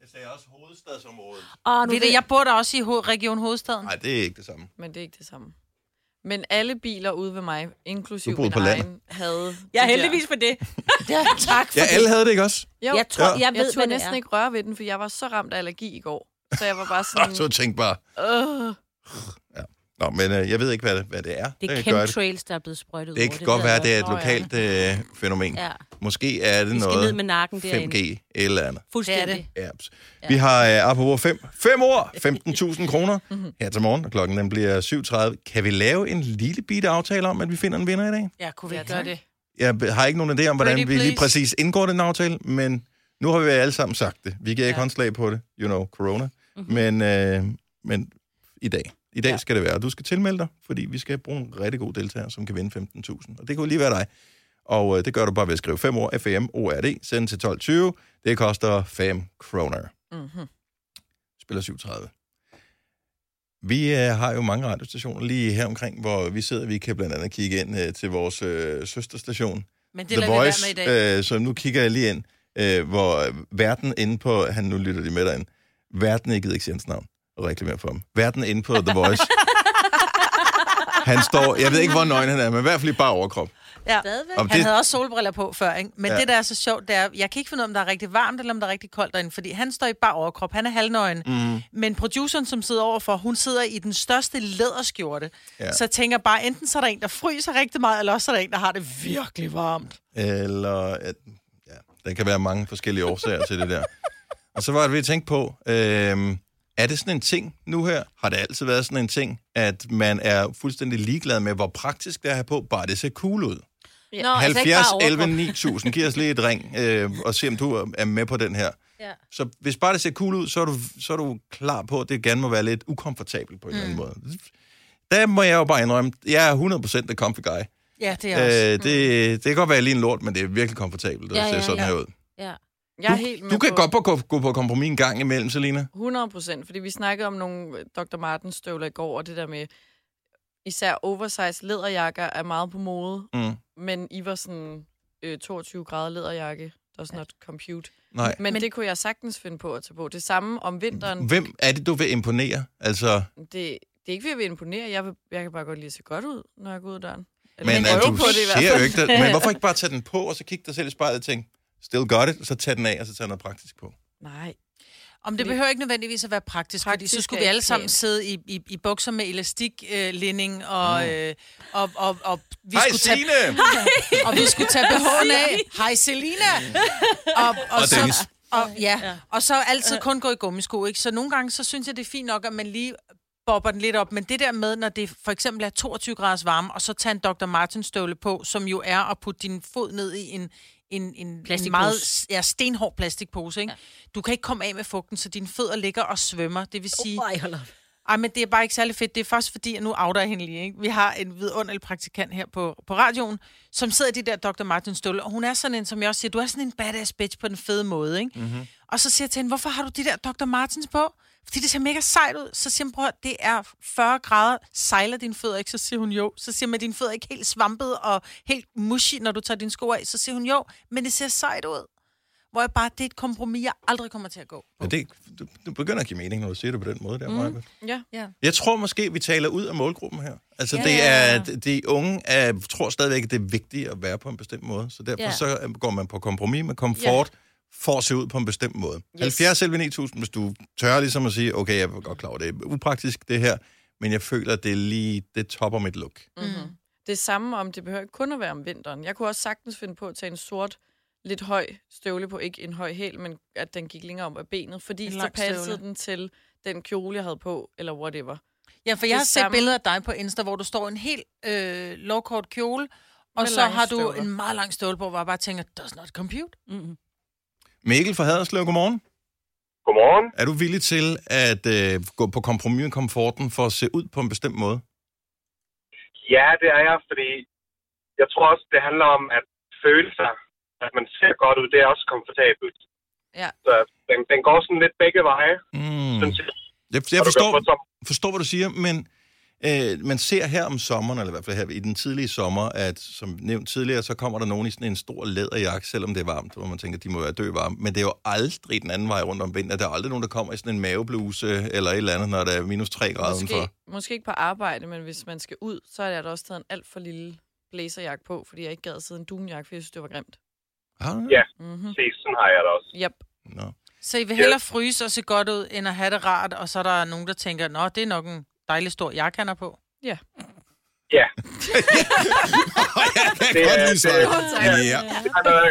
Speaker 3: Jeg
Speaker 1: sagde også hovedstadsområdet.
Speaker 2: Og
Speaker 4: nu
Speaker 2: nu ved
Speaker 4: ved-
Speaker 2: det, jeg bor der også i ho- Region Hovedstaden.
Speaker 1: Nej, det er ikke det samme.
Speaker 4: Men det er ikke det samme. Men alle biler ude ved mig, inklusiv
Speaker 1: Du boede
Speaker 4: min
Speaker 1: på landet.
Speaker 4: egen, havde...
Speaker 3: er heldigvis for
Speaker 4: [laughs]
Speaker 3: det.
Speaker 4: ja, tak
Speaker 1: Ja, alle havde det ikke også?
Speaker 4: Jo,
Speaker 1: Jeg tror- Ja. jeg
Speaker 4: jeg,
Speaker 1: ved,
Speaker 4: jeg
Speaker 1: hvad
Speaker 4: turde
Speaker 1: det
Speaker 4: næsten
Speaker 1: er.
Speaker 4: ikke røre ved den, for jeg var så ramt af allergi i går. Så jeg
Speaker 1: [laughs]
Speaker 4: var bare sådan...
Speaker 1: Så tænk bare,
Speaker 4: Øh.
Speaker 1: Nå, men øh, jeg ved ikke, hvad det, hvad det er.
Speaker 3: Det
Speaker 1: der
Speaker 3: er
Speaker 1: gør
Speaker 3: chemtrails, der er blevet sprøjtet
Speaker 1: Det, det
Speaker 3: over.
Speaker 1: kan godt
Speaker 3: ved
Speaker 1: være,
Speaker 3: jeg
Speaker 1: det er et
Speaker 3: godt.
Speaker 1: lokalt øh, fænomen.
Speaker 3: Ja.
Speaker 1: Ja. Måske er det
Speaker 3: Vi skal
Speaker 1: noget
Speaker 3: ned med nakken derinde.
Speaker 1: 5G et eller andet.
Speaker 3: Fuldstændig. Det
Speaker 1: Ja. Ja. Vi har øh, apropos 5. 5 år, 15.000 kroner her til morgen, og klokken den bliver 7.30. Kan vi lave en lille bitte aftale om, at vi finder en vinder i dag?
Speaker 2: Ja, kunne vi ja, gøre det?
Speaker 1: Jeg har ikke nogen idé om, hvordan
Speaker 2: Pretty
Speaker 1: vi lige
Speaker 2: please.
Speaker 1: præcis indgår den aftale, men nu har vi alle sammen sagt det. Vi giver ikke ja. håndslag på det, you know, corona. Mm-hmm. Men, øh, men i dag. I dag ja. skal det være, og du skal tilmelde dig, fordi vi skal bruge en rigtig god deltager, som kan vinde 15.000. Og det kunne lige være dig. Og øh, det gør du bare ved at skrive 5 år, FAM, ORD, E send til 12.20. Det koster 5 kroner.
Speaker 2: Mhm.
Speaker 4: Mm-hmm.
Speaker 1: Spiller 37. Vi øh, har jo mange radiostationer lige her omkring, hvor vi sidder. Vi kan blandt andet kigge ind øh, til vores øh, søsterstation,
Speaker 2: Men det
Speaker 1: The
Speaker 2: lader vi være
Speaker 1: Voice,
Speaker 2: med i dag.
Speaker 1: Øh, så nu kigger jeg lige ind, øh, hvor verden inde på... Han, nu lytter de med derinde. Verden, jeg gider ikke sige hans navn og reklamere for ham. Verden inde på The Voice. han står... Jeg ved ikke, hvor nøgen han er, men i hvert fald i bare overkrop.
Speaker 2: [laughs] Ja.
Speaker 1: Om
Speaker 2: Han
Speaker 1: det-
Speaker 2: det... havde også solbriller på før, ikke? Men
Speaker 1: Ja.
Speaker 2: ja. det, der er så sjovt, det er, jeg kan ikke finde ud af, om der er rigtig varmt, eller om der er rigtig koldt derinde, fordi han står i bar overkrop, han er halvnøgen.
Speaker 1: Mm.
Speaker 2: Men produceren, som sidder overfor, hun sidder i den største læderskjorte.
Speaker 1: Ja.
Speaker 2: Ja. Så jeg tænker bare, enten så er der en, der fryser rigtig meget, eller også er der en, der har det virkelig varmt.
Speaker 1: Eller... At, ja, der kan være mange forskellige årsager til det der. Og så var det ved at tænke på, øh, er det sådan en ting nu her? Har det altid været sådan en ting, at man er fuldstændig ligeglad med, hvor praktisk det er at have på, bare det ser cool ud?
Speaker 3: Ja.
Speaker 1: Nå, altså, 70, 11, 9000. Giv os lige et ring øh, og se, om du er med på den her.
Speaker 3: Ja.
Speaker 1: Så hvis bare det ser cool ud, så er du, så er du klar på, at det gerne må være lidt ukomfortabelt på en mm. eller anden måde. Der må jeg jo bare indrømme, jeg er 100% the comfy guy.
Speaker 2: Ja, det er også.
Speaker 1: Øh, det, det kan godt være lige en lort, men det er virkelig komfortabelt at
Speaker 4: Mm. Ja,
Speaker 1: ja, se
Speaker 4: ja,
Speaker 1: sådan
Speaker 4: ja.
Speaker 1: her ud.
Speaker 3: Ja.
Speaker 4: Jeg er helt med
Speaker 1: Du kan
Speaker 4: på
Speaker 1: godt på, gå, gå på kompromis en gang imellem, Selina.
Speaker 4: 100 procent, fordi vi snakkede om nogle Dr. Martens støvler i går, og det der med især oversize læderjakker er meget på mode,
Speaker 1: Mm.
Speaker 4: men I var sådan øh, 22 grader læderjakke, does not compute.
Speaker 1: Nej.
Speaker 4: Men, men det kunne jeg sagtens finde på at tage på. Det samme om vinteren.
Speaker 1: Hvem er det, du vil imponere? Altså,
Speaker 4: Det, det er ikke, fordi jeg vil imponere. Jeg, vil, jeg kan bare godt lide at se godt ud, når jeg går ud af døren.
Speaker 1: men, men
Speaker 4: prøve
Speaker 1: du
Speaker 4: på det i hvert
Speaker 1: ser jo
Speaker 4: fald.
Speaker 1: ikke det.
Speaker 4: [laughs]
Speaker 1: Men hvorfor ikke bare tage den på, og så kigge dig selv i spejlet og tænke, still got it, og så tage den af, og så tage noget praktisk på?
Speaker 4: Nej.
Speaker 2: Om det behøver ikke nødvendigvis at være praktisk, Mm. praktisk fordi så skulle vi
Speaker 4: er
Speaker 2: alle
Speaker 4: ikke
Speaker 2: sammen
Speaker 4: pænt.
Speaker 2: sidde i, i, i bukser med elastiklænding, øh, linding, og,
Speaker 1: Mm.
Speaker 2: øh, og, og, og, vi
Speaker 1: Hej,
Speaker 2: skulle tage,
Speaker 1: Signe!
Speaker 2: og vi skulle tage BH'en af. Hej, Selina! Og,
Speaker 1: Og Dennis.
Speaker 2: så, og, ja, og så altid kun gå i gummisko, ikke? Så nogle gange, så synes jeg, det er fint nok, at man lige bobber den lidt op, men det der med, når det for eksempel er 22 graders varme, og så tager en Dr. Martens støvle på, som jo er at putte din fod ned i en, en, en, en
Speaker 3: Plastikpose.
Speaker 2: meget ja, stenhård plastikpose, ikke? Du kan ikke komme af med fugten, så dine fødder ligger og svømmer. Det vil sige...
Speaker 3: Oh, ej, hold op.
Speaker 2: Ej, men det er bare ikke særlig fedt. Det er først fordi, at nu outer jeg hende lige, ikke? Vi har en vidunderlig praktikant her på, på radioen, som sidder i de der Dr. Martin støvler, og hun er sådan en, som jeg også siger, du er sådan en badass bitch på den fede måde, ikke? Mm-hmm. Og så siger jeg til hende, hvorfor har du de der Dr. Martens på? fordi det ser mega sejt ud. Så siger hun, prøv at høre, det er 40 grader, sejler dine fødder ikke? Så siger hun jo. Så siger man, dine fødder er ikke helt svampede og helt mushy, når du tager dine sko af. Så siger hun jo, men det ser sejt ud. Hvor jeg bare, det er et kompromis, jeg aldrig kommer til at gå.
Speaker 1: Men det, det, det begynder at give mening, når du siger det på den måde der, mm.
Speaker 2: Ja. ja.
Speaker 1: Jeg tror måske, vi taler ud af målgruppen her. Altså,
Speaker 2: Ja.
Speaker 1: ja. det er, de- de unge er, tror stadigvæk, det er vigtigt at være på en bestemt måde. Så derfor
Speaker 10: Ja.
Speaker 1: ja. så øh, går man på kompromis med komfort ja. for at se ud på en bestemt måde. Yes. 70 selv 9000, hvis du tør ligesom at sige, okay, jeg er godt klar over, det er upraktisk det her, men jeg føler, at det er lige, det topper mit look.
Speaker 4: Mm-hmm. Det er samme om, det behøver ikke kun at være om vinteren. Jeg kunne også sagtens finde på at tage en sort, lidt høj støvle på. Ikke en høj hæl, men at den gik længere om af benet, fordi
Speaker 2: En
Speaker 4: så
Speaker 2: lang
Speaker 4: passede
Speaker 2: støvle.
Speaker 4: den til den kjole, jeg havde på, eller whatever.
Speaker 2: Ja, for
Speaker 4: Det
Speaker 2: jeg har set
Speaker 4: samme-
Speaker 2: billeder af dig på Insta, hvor du står i en helt øh, lovkort kjole, og
Speaker 4: Med
Speaker 2: så
Speaker 4: lange
Speaker 2: har du
Speaker 4: støvler. Mm.
Speaker 2: en meget lang stål på, hvor jeg bare tænker, does not compute. Mm-hmm.
Speaker 1: Mikkel fra Haderslev, godmorgen.
Speaker 11: Godmorgen.
Speaker 1: Er du villig til at øh, gå på kompromis med komforten for at se ud på en bestemt måde?
Speaker 11: Ja, det er jeg, fordi jeg tror også, det handler om at føle sig, at man ser godt ud. Det er også komfortabelt.
Speaker 4: Ja.
Speaker 11: Så den, den går sådan lidt begge veje, mm. synes jeg.
Speaker 1: Jeg,
Speaker 11: Og
Speaker 1: jeg
Speaker 11: du gør
Speaker 1: forstår, forstår, hvad du siger, men øh, man ser her om sommeren, eller i hvert fald her i den tidlige sommer, at som nævnt tidligere, så kommer der nogen i sådan en stor læderjakke, selvom det er varmt, hvor man tænker, de må være dø varme. Men det er jo aldrig den anden vej rundt om vinteren. Der er aldrig nogen, der kommer i sådan en mavebluse eller et eller andet, når der er minus 3 grader
Speaker 4: Måske,
Speaker 1: udenfor.
Speaker 4: måske ikke på arbejde, men hvis man skal ud, så har jeg da også taget en alt for lille blazerjakke på, fordi jeg ikke gad at sidde i en dunjakke, fordi jeg synes, det var grimt.
Speaker 1: Ah.
Speaker 11: Ja,
Speaker 4: mm-hmm.
Speaker 11: se, sådan har jeg det også.
Speaker 4: Yep.
Speaker 1: Nå.
Speaker 2: Så I vil hellere fryse og se godt ud, end at have det rart, og så er der nogen, der tænker, nå, det er nok en dejlig stor jakke, han har på.
Speaker 4: Ja.
Speaker 1: [laughs]
Speaker 11: Ja.
Speaker 1: jeg
Speaker 11: det,
Speaker 2: godt
Speaker 11: er-
Speaker 2: lide sådan.
Speaker 11: det,
Speaker 2: Ja.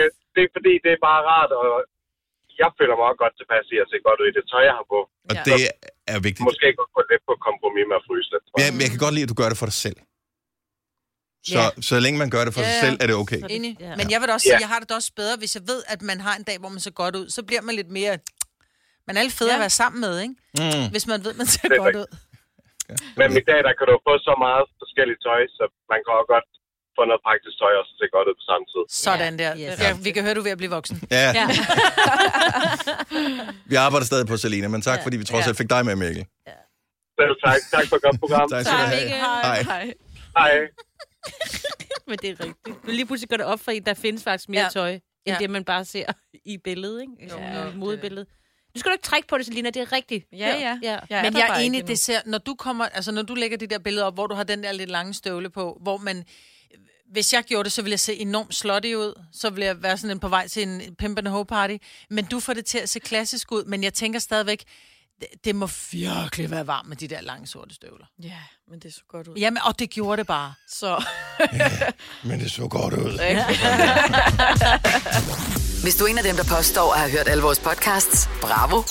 Speaker 11: ja. det er fordi, det er bare rart, og jeg føler mig også godt tilpas i at se godt ud i det tøj, jeg har på.
Speaker 1: Og det er vigtigt.
Speaker 11: Måske godt gå lidt på kompromis med at fryse lidt.
Speaker 1: Ja, men jeg kan godt lide, at du gør det for dig selv. Så,
Speaker 2: Ja.
Speaker 1: yeah. så længe man gør det for yeah. sig selv, er det okay.
Speaker 2: Enig. Ja. Men jeg vil da også sige,
Speaker 1: Ja.
Speaker 2: at jeg har det da også bedre, hvis jeg ved, at man har en dag, hvor man ser godt ud, så bliver man lidt mere... Man er lidt federe ja. at være sammen med, ikke?
Speaker 1: Mm.
Speaker 2: Hvis man ved, man ser
Speaker 11: Det er
Speaker 2: godt ud.
Speaker 11: Men i dag, der kan du få så meget forskelligt tøj, så man kan også godt få noget praktisk tøj og så se godt ud på samme tid.
Speaker 2: Sådan der. Yes. Ja, vi kan høre, du er ved at blive voksen.
Speaker 1: Ja. Ja. [laughs]
Speaker 2: [laughs]
Speaker 1: Vi arbejder stadig på Selina, men tak, fordi vi trods alt fik dig med, Mikkel.
Speaker 11: Selv tak. Tak for et godt program.
Speaker 1: tak skal du have. Hej.
Speaker 3: Hej.
Speaker 11: Hej.
Speaker 3: [laughs] Men det er rigtigt. Du lige pludselig går det op for en, der findes faktisk mere ja. tøj, end ja. det, man bare ser i billedet, ikke? Altså, ja. i modebilledet. Nu skal du ikke trække på det, Selina, det er rigtigt. ja.
Speaker 2: Jeg men jeg er enig, det ser, når du kommer, altså når du lægger de der billeder op, hvor du har den der lidt lange støvle på, hvor man, hvis jeg gjorde det, så ville jeg se enormt slutty ud, så ville jeg være sådan en på vej til en pimpende hoe party, men du får det til at se klassisk ud, men jeg tænker stadigvæk, det, det må virkelig være varmt med de der lange sorte støvler.
Speaker 4: Ja, men det så godt ud.
Speaker 2: Jamen, og det gjorde det bare.
Speaker 4: Så.
Speaker 1: Men det så godt ud.
Speaker 5: [laughs] Hvis du er en af dem, der påstår at have hørt alle vores podcasts, bravo.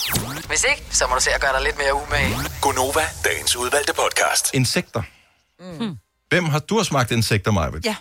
Speaker 5: Hvis ikke, så må du se at gøre dig lidt mere umage.
Speaker 9: Gunova, dagens udvalgte podcast.
Speaker 1: Insekter.
Speaker 2: Mm.
Speaker 1: Hvem har du har smagt insekter, Majbet?
Speaker 2: Ja,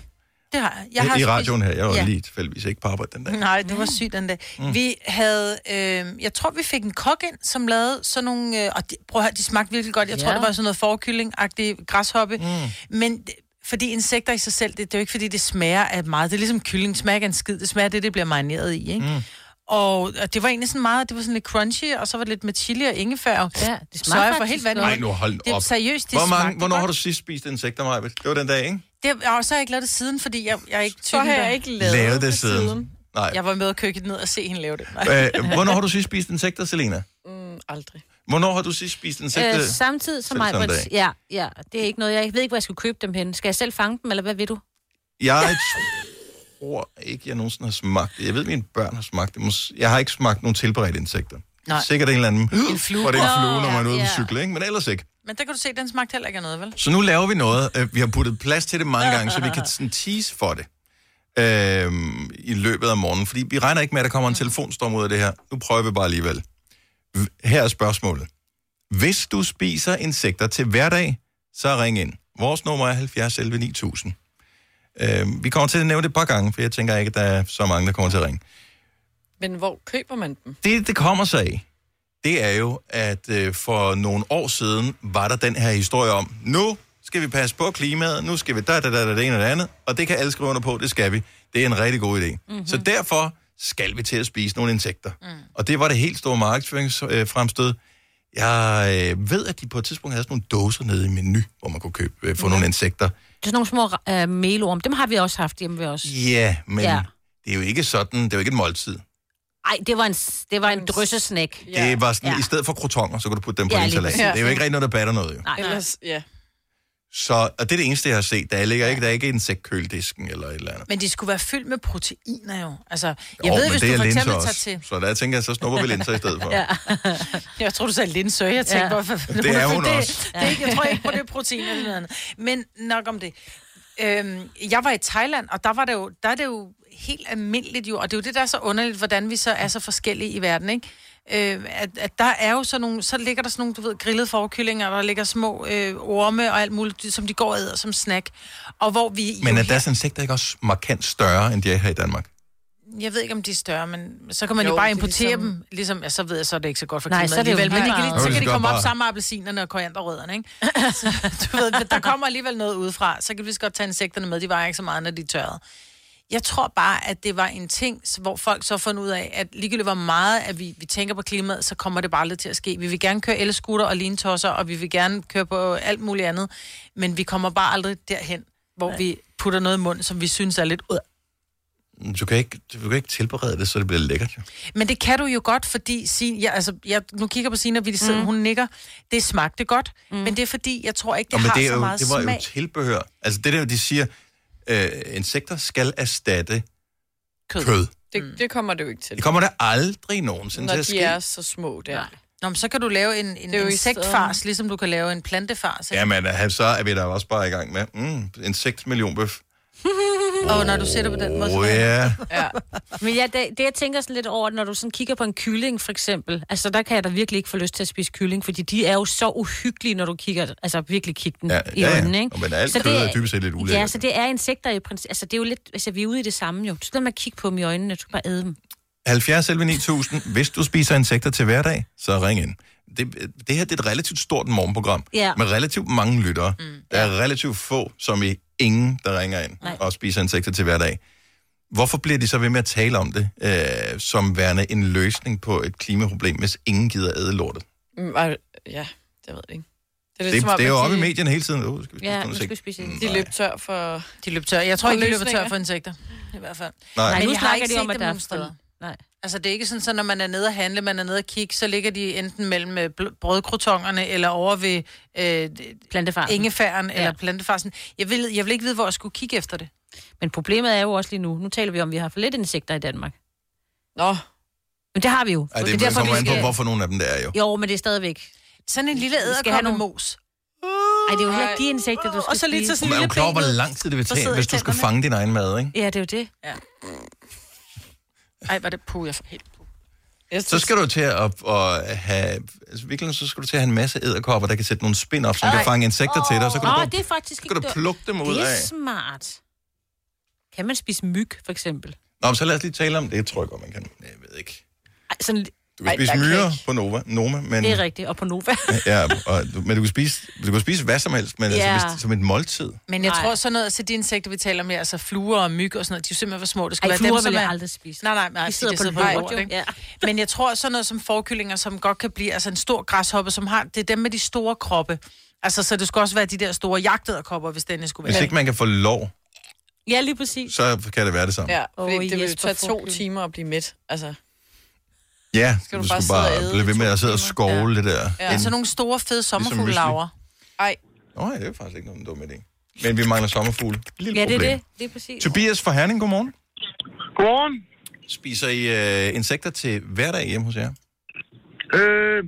Speaker 2: det har jeg. jeg
Speaker 1: Jeg
Speaker 2: har
Speaker 1: I
Speaker 2: spist-
Speaker 1: radioen her. Jeg var ja. lige tilfældigvis ikke på arbejde den dag.
Speaker 2: Nej, det var sygt den dag. Mm.
Speaker 1: Mm.
Speaker 2: Vi havde, øh, jeg tror, vi fik en kok ind, som lavede sådan nogle, øh, og de, prøv at høre, de smagte virkelig godt. Jeg ja. tror,
Speaker 3: Ja.
Speaker 2: det var sådan noget forkylling-agtig græshoppe. Mm. Men d- fordi insekter i sig selv, det, det er jo ikke, fordi det smager af meget. Det er ligesom kylling smager ikke af en skid. Det smager af det, det bliver marineret i, ikke? Mm. Og, og det var egentlig sådan meget, det var sådan lidt crunchy, og så var det lidt med chili og ingefær. Og ja,
Speaker 3: det
Speaker 2: så jeg for
Speaker 3: faktisk
Speaker 2: helt vandet.
Speaker 1: Nej, nu hold op.
Speaker 2: Det er seriøst, det
Speaker 1: Hvor mange,
Speaker 2: smagte
Speaker 1: hvornår
Speaker 2: godt.
Speaker 1: har du sidst spist insekter, Majbet? Det var den dag, ikke?
Speaker 2: Det, og så har jeg ikke lavet det siden, fordi jeg, jeg er ikke
Speaker 4: Så har
Speaker 2: typen,
Speaker 4: jeg
Speaker 2: der-
Speaker 4: ikke
Speaker 1: Lavet det siden. Nej.
Speaker 2: Jeg var med og køkket ned og se hende lave det. Nej.
Speaker 1: Øh, hvornår har du sidst spist insekter, Selina?
Speaker 4: Mm, aldrig.
Speaker 1: Hvornår har du sidst spist insekter?
Speaker 3: Øh, samtidig som
Speaker 1: Selv
Speaker 3: mig,
Speaker 1: samme dag.
Speaker 3: ja, ja, det er ikke noget, jeg ved ikke, hvor jeg skulle købe dem hen. Skal jeg selv fange dem, eller hvad ved du?
Speaker 1: Jeg tror ikke, jeg nogensinde har smagt det. Jeg ved, at mine børn har smagt det. Mås- Jeg har ikke smagt nogen tilberedte insekter.
Speaker 2: Nej.
Speaker 1: Sikkert en eller anden...
Speaker 2: En flue.
Speaker 1: Hvor det er en
Speaker 2: Nå,
Speaker 1: flue, når
Speaker 2: ja,
Speaker 1: man er ude på
Speaker 2: ja.
Speaker 1: cykle, ikke? Men ellers ikke.
Speaker 2: Men der kan du se, den smagte heller ikke af noget, vel?
Speaker 1: Så nu laver vi noget. Øh, Vi har puttet plads til det mange gange, så vi kan sådan tease for det øhm, i løbet af morgenen. Fordi vi regner ikke med, at der kommer en telefonstorm ud af det her. Nu prøver vi bare alligevel. V- Her er spørgsmålet. Hvis du spiser insekter til hverdag, så ring ind. Vores nummer er 70 11 9000. Øhm, vi kommer til at nævne det et par gange, for jeg tænker ikke, at der er så mange, der kommer til at ringe.
Speaker 4: Men hvor køber man dem?
Speaker 1: Det, det kommer sig af, det er jo, at øh, for nogle år siden var der den her historie om, nu skal vi passe på klimaet, nu skal vi da, da, da, da, det ene og det andet, og det kan alle skrive under på, det skal vi. Det er en rigtig god idé. Mm-hmm. Så derfor skal vi til at spise nogle insekter. Mm. Og det var det helt store markedsføringsfremstød. Jeg øh, ved, at de på et tidspunkt havde sådan nogle dåser nede i menu, hvor man kunne købe, øh, få nogle insekter.
Speaker 3: Det er sådan nogle små øh, melorm. Dem har vi også haft hjemme ved os.
Speaker 1: Ja, men
Speaker 3: Ja.
Speaker 1: ja. det er jo ikke sådan, det er jo ikke et måltid.
Speaker 3: Ej, det var en, s- det var en dryssesnæk.
Speaker 1: Ja. Det var sådan, ja. i stedet for krotonger, så kunne du putte dem på
Speaker 3: Ja,
Speaker 1: ja, din
Speaker 3: lige
Speaker 1: salat.
Speaker 3: præcis.
Speaker 1: Det er jo ikke rigtig noget, der batter noget, jo.
Speaker 3: Nej,
Speaker 4: Ellers, ja.
Speaker 1: Så, og det er det eneste, jeg har set. Der ligger ikke, der er ikke insektkøledisken eller et eller andet.
Speaker 2: Men de skulle være fyldt med proteiner jo. Altså, jeg
Speaker 1: Jo,
Speaker 2: ved,
Speaker 1: men
Speaker 2: hvis
Speaker 1: det
Speaker 2: du
Speaker 1: er
Speaker 2: for
Speaker 1: linser
Speaker 2: eksempel tager
Speaker 1: også.
Speaker 2: til...
Speaker 1: Så der tænker jeg, så snupper vi linser i stedet for.
Speaker 2: [laughs] Ja. Jeg tror, du sagde linser. Jeg tænkte,
Speaker 1: Ja.
Speaker 2: hvorfor...
Speaker 1: Det er hun
Speaker 2: det,
Speaker 1: også.
Speaker 2: Det, er ikke, jeg tror ikke på, det er protein eller noget andet. Men nok om det. Øhm, jeg var i Thailand, og der, var det jo, der er det jo helt almindeligt jo, og det er jo det, der er så underligt, hvordan vi så er så forskellige i verden, ikke? Øh, at, at der er jo sådan nogle, så ligger der sådan nogle, du ved, grillede forkyllinger, der ligger små øh, orme og alt muligt, som de går og æder som snack. Og hvor vi...
Speaker 1: Men
Speaker 2: jo
Speaker 1: er deres insekter ikke også markant større, end de er her i Danmark?
Speaker 2: Jeg ved ikke, om de er større, men så kan man jo,
Speaker 4: Jo,
Speaker 2: jo bare
Speaker 4: det er
Speaker 2: importere
Speaker 4: ligesom-
Speaker 2: ligesom... dem. Ligesom, ja, så ved jeg, så er det ikke så godt for
Speaker 3: Nej,
Speaker 2: klimaet
Speaker 3: så er det jo
Speaker 2: alligevel, men
Speaker 3: lige
Speaker 2: de
Speaker 3: meget.
Speaker 2: kan,
Speaker 1: Så
Speaker 2: så
Speaker 1: kan
Speaker 2: kan
Speaker 1: de
Speaker 2: de komme
Speaker 1: godt
Speaker 2: op
Speaker 1: bare-
Speaker 2: sammen med appelsinerne og korianderrødderne, ikke? [laughs] Så, du ved, der kommer alligevel noget udefra. Så kan vi lige så godt tage insekterne med, de vejer ikke så meget, når de er tørrede. Jeg tror bare, at det var en ting, s- hvor folk så fandt ud af, at ligegyldigt hvor meget, at vi, vi tænker på klimaet, så kommer det bare aldrig til at ske. Vi vil gerne køre elskutter og lintosser, og vi vil gerne køre på alt muligt andet, men vi kommer bare aldrig derhen, hvor
Speaker 3: Nej.
Speaker 2: vi putter noget i munden, som vi synes er lidt ud
Speaker 1: Du kan ikke, du kan ikke tilberede det, så det bliver lækkert. Jo.
Speaker 2: Men det kan du jo godt, fordi Sine, ja, altså, jeg nu kigger på Sina, vi sidder,
Speaker 1: Mm.
Speaker 2: mm. hun nikker. Det smagte godt, mm. men det er fordi, jeg tror ikke, det
Speaker 1: Nå, men
Speaker 2: har
Speaker 1: det, er
Speaker 2: så
Speaker 1: jo,
Speaker 2: meget
Speaker 1: det var
Speaker 2: smag.
Speaker 1: jo tilbehør. Altså det der, de siger, øh, insekter skal erstatte kød. kød.
Speaker 4: Det, det kommer det jo ikke til.
Speaker 1: Det kommer der aldrig nogensinde
Speaker 4: Når
Speaker 1: til at
Speaker 4: de
Speaker 1: ske.
Speaker 4: er så små der. Nej.
Speaker 2: Nå, men så kan du lave en, en
Speaker 4: Det er jo i
Speaker 2: insektfars,
Speaker 4: stedet-
Speaker 2: ligesom du kan lave en plantefars. ikke?
Speaker 1: Jamen, øh, så er vi da også bare i gang med mm, insektmillionbøf.
Speaker 2: Og når du sætter på den måde...
Speaker 1: Åh, ja.
Speaker 4: ja.
Speaker 3: Men ja, det, det, jeg tænker sådan lidt over, når du sådan kigger på en kylling, for eksempel. Altså, der kan jeg da virkelig ikke få lyst til at spise kylling, fordi de er jo så uhyggelige, når du kigger, altså virkelig kigger den ja, i
Speaker 1: ja, ja.
Speaker 3: øjnene, ikke?
Speaker 1: Og men alt kød er dybest set lidt ulækkert.
Speaker 3: Ja, så det er insekter i princippet. Altså, det er jo lidt, altså, vi er ude i det samme jo. Så lad mig kigge på dem i øjnene, du kan bare æde dem.
Speaker 1: 70 11 9000. Hvis du spiser insekter til hverdag, så ring ind. Det, det her det er et relativt stort morgenprogram,
Speaker 3: Ja.
Speaker 1: med relativt mange lyttere. Mm. Der er relativt få, som i ingen, der ringer ind
Speaker 3: Nej.
Speaker 1: og spiser insekter til hverdag. Hvorfor bliver de så ved med at tale om det, øh, som værende en løsning på et klimaproblem, hvis ingen gider æde lortet?
Speaker 4: Mm, og- Ja, det ved jeg ikke.
Speaker 1: Det,
Speaker 4: lidt
Speaker 1: det,
Speaker 4: som om,
Speaker 1: det er jo
Speaker 4: at
Speaker 1: oppe i
Speaker 4: de-
Speaker 1: medierne hele tiden. Uh, skal vi
Speaker 4: Ja,
Speaker 1: spise
Speaker 4: nu
Speaker 1: noget
Speaker 4: skal vi
Speaker 1: insekt?
Speaker 4: spise
Speaker 1: Mm,
Speaker 4: De
Speaker 1: nej.
Speaker 4: løb tør for...
Speaker 2: De løb tør. Jeg tror
Speaker 4: for
Speaker 2: ikke, de løber
Speaker 4: løsninger.
Speaker 2: tør for insekter. I hvert fald.
Speaker 1: Nej.
Speaker 3: Nej,
Speaker 2: Men
Speaker 3: nu
Speaker 2: jeg har
Speaker 3: snakker
Speaker 2: ikke
Speaker 3: de
Speaker 2: set
Speaker 3: om, at
Speaker 2: dem
Speaker 3: der er
Speaker 2: nogen steder.
Speaker 3: fri. Nej.
Speaker 2: Altså, det er ikke sådan, så når man er nede at handle, man er nede at kigge, så ligger de enten mellem øh, bl- brødkrotongerne, eller over ved øh,
Speaker 3: Plantefarmen.
Speaker 2: ingefæren, ja.
Speaker 3: Ja.
Speaker 2: eller plantefarsen. Jeg vil, jeg vil ikke vide, hvor jeg skulle kigge efter det.
Speaker 3: Men problemet er jo også lige nu, nu taler vi om, at vi har for lidt insekter i Danmark.
Speaker 4: Nå.
Speaker 3: Men det har vi jo.
Speaker 1: Ej, det, det kommer an på, hvorfor nogle af dem der er jo.
Speaker 3: Jo, men det er stadigvæk...
Speaker 2: Sådan en lille
Speaker 3: Vi skal have nogle-
Speaker 2: æderkoppemose.
Speaker 3: Ej, det er jo heller ikke de insekter, du skal
Speaker 2: Og så lige til
Speaker 3: spise.
Speaker 2: sådan
Speaker 1: Man
Speaker 2: en
Speaker 1: er jo
Speaker 2: lille
Speaker 1: klar over, hvor
Speaker 2: ben ud.
Speaker 1: lang tid det vil
Speaker 2: Så
Speaker 1: tage,
Speaker 2: sidder
Speaker 1: hvis
Speaker 2: i
Speaker 1: du skal
Speaker 2: tænderne.
Speaker 1: fange din egen mad, ikke?
Speaker 3: Ja, det er jo det. [laughs]
Speaker 2: Ja. Ej, var det puh, jeg får helt puh.
Speaker 1: Så skal du til at, at have... Altså virkelig, så skal du til at have en masse æderkopper, der kan sætte nogle spind op, som
Speaker 3: Ej.
Speaker 1: kan fange insekter til dig. og Så kan
Speaker 3: Åh,
Speaker 1: du bare
Speaker 3: det er faktisk
Speaker 1: så kan
Speaker 3: ikke
Speaker 1: du
Speaker 3: dumt.
Speaker 1: plukke dem ud
Speaker 3: det er
Speaker 1: af.
Speaker 3: smart. Kan man spise myg, for eksempel?
Speaker 1: Nå, men så lad os lige tale om det. Jeg tror jeg godt, man kan. Jeg ved ikke.
Speaker 3: Ej, sådan...
Speaker 1: Du kan Ej, spise myrer på Nova, Noma, men,
Speaker 3: Men... Det er rigtigt, og på Nova.
Speaker 1: [laughs] ja, og, du- men du, kan spise, du kan spise hvad som helst, men ja.
Speaker 2: Ja.
Speaker 1: altså, hvis, som et måltid.
Speaker 2: [laughs] Men jeg
Speaker 3: Nej.
Speaker 2: Nej. tror sådan noget, så de insekter, vi taler om her, altså fluer og myg og sådan noget, de er jo simpelthen for små. Det skal
Speaker 3: Ej,
Speaker 2: være
Speaker 3: fluer
Speaker 2: dem, som
Speaker 3: vil jeg
Speaker 2: er...
Speaker 3: aldrig spise.
Speaker 2: Nej, nej, nej.
Speaker 3: De
Speaker 2: fordi
Speaker 3: sidder
Speaker 2: det
Speaker 3: på
Speaker 2: sidder
Speaker 3: lort,
Speaker 2: på lort,
Speaker 3: jo.
Speaker 2: ikke?
Speaker 3: Ja.
Speaker 2: Men jeg tror sådan noget som forkyllinger, som godt kan blive, altså en stor græshoppe, som har, det er dem med de store kroppe. Altså, så det skulle også være de der store jagtederkopper, hvis den skulle
Speaker 1: Hvis
Speaker 2: være.
Speaker 1: ikke man kan få lov,
Speaker 3: Ja, lige præcis.
Speaker 1: så kan det være det samme.
Speaker 4: Ja, fordi
Speaker 3: Åh,
Speaker 4: oh, det vil jo
Speaker 3: Jesper
Speaker 4: tage to
Speaker 3: Fuglsang.
Speaker 4: timer at blive mæt. Altså,
Speaker 1: Ja,
Speaker 4: Skal
Speaker 1: du
Speaker 4: du
Speaker 1: skal
Speaker 4: bare sidde og
Speaker 1: bare
Speaker 4: æde
Speaker 1: blive ved
Speaker 4: i
Speaker 1: med
Speaker 4: to
Speaker 1: at sidde og
Speaker 4: timer?
Speaker 1: skovle det der.
Speaker 2: Ja. Altså nogle store, fede
Speaker 1: ligesom
Speaker 2: sommerfuglelaver.
Speaker 4: Ej.
Speaker 1: Nå, ja, det er faktisk ikke nogen dum idé. Men vi mangler sommerfugle. Lille
Speaker 3: Ja, det er
Speaker 1: problem.
Speaker 3: det. Det er præcis.
Speaker 1: Tobias fra Herning, godmorgen.
Speaker 10: Godmorgen.
Speaker 1: Spiser I øh, insekter til hverdag hjemme hos jer?
Speaker 10: Øh,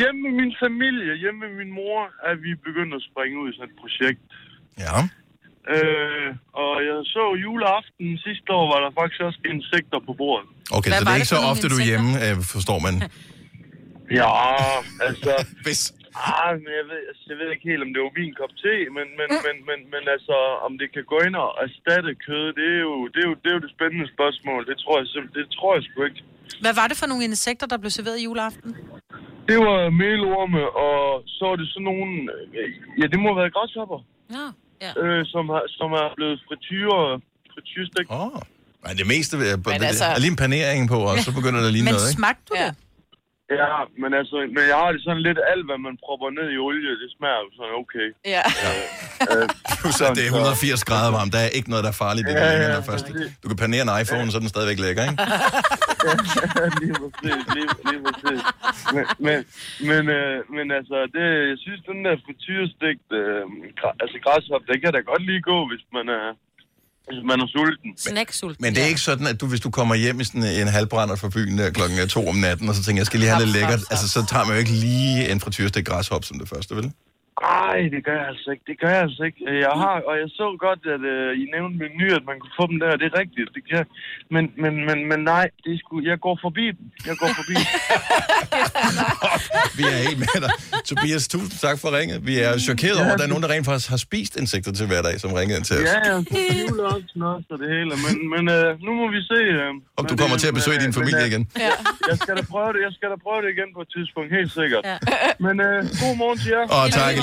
Speaker 10: hjemme med min familie, hjemme med min mor, er vi begyndt at springe ud i sådan et projekt.
Speaker 1: Ja.
Speaker 10: Øh, og jeg så juleaften sidste år, var der faktisk også insekter på bordet.
Speaker 1: Okay,
Speaker 10: Hvad
Speaker 1: så det
Speaker 10: var
Speaker 1: er
Speaker 10: det
Speaker 1: ikke
Speaker 10: for
Speaker 1: så
Speaker 10: nogle
Speaker 1: ofte, du er hjemme, øh, forstår
Speaker 10: [laughs]
Speaker 1: man.
Speaker 10: Ja, altså...
Speaker 1: [laughs] Hvis...
Speaker 10: Ah, men jeg ved, altså, jeg ved ikke helt, om det var min kop te, men, men, men, men, men altså, om det kan gå ind og erstatte kød, det er jo det, er jo, det, er jo det spændende spørgsmål. Det tror jeg, simp- det tror jeg sgu ikke.
Speaker 2: Hvad var det for nogle insekter, der blev serveret i juleaften?
Speaker 10: Det var melorme, og så var det sådan nogle... øh, Ja, det må have været græshopper,
Speaker 3: Nå, ja.
Speaker 10: øh, som, har, som er blevet frityre, frityrestegt.
Speaker 1: Åh, oh. Men det meste, øh, på,
Speaker 10: Men
Speaker 1: det, altså...
Speaker 10: altså-
Speaker 1: er lige en panering på, og så begynder det at ligne
Speaker 2: Men
Speaker 1: noget, ikke?
Speaker 2: smagte du ja. det?
Speaker 10: Ja, men altså, men jeg har det sådan lidt, alt hvad man propper ned i olie, det smager jo sådan okay. Øh,
Speaker 4: Ja.
Speaker 1: Plus at det er 180 grader varmt. Der er ikke noget, der er farligt. Det
Speaker 10: Ja,
Speaker 1: ja,
Speaker 10: ja,
Speaker 1: ja, ja. Først. Du kan panere en iPhone, så er den stadigvæk lækker,
Speaker 10: [laughs]
Speaker 1: ikke?
Speaker 10: lige præcis, lige, lige præcis. Men, men, men, øh, men altså, det, jeg synes, den der frityrestigt, øh, gra- altså græshop, det kan da godt lige gå, hvis man er, hvis man er sulten.
Speaker 3: Snacksult.
Speaker 1: Men det er ikke sådan, at du, hvis du kommer hjem i sådan en halvbrænder fra byen der klokken 2 om natten, og så tænker jeg, jeg skal lige have lidt lækkert, altså så tager man jo ikke lige en frityrestik græshop som det første, vel?
Speaker 10: Nej, det gør jeg altså ikke. Det gør jeg altså ikke. Øh, Jeg har, og jeg så godt, at øh, I nævnte menu, at man kunne få dem der. Det er rigtigt. Det kan, men, men, men, men nej, det er sgu, jeg går forbi dem. Jeg går forbi
Speaker 1: [laughs]
Speaker 10: dem.
Speaker 1: Vi er helt med dig. Tobias, tusind tak for ringet. Vi er chokeret over, at der er nogen, der rent faktisk har spist insekter til hverdag, som ringede ind til os.
Speaker 10: Ja, ja, juleaften også og det hele, men, men øh, nu må vi se. Øh,
Speaker 1: Om du kommer til at besøge din familie igen.
Speaker 10: Ja. Jeg skal da prøve det, jeg skal da prøve det igen på et tidspunkt, helt sikkert. Ja. Men øh, god morgen til jer.
Speaker 1: Og tak i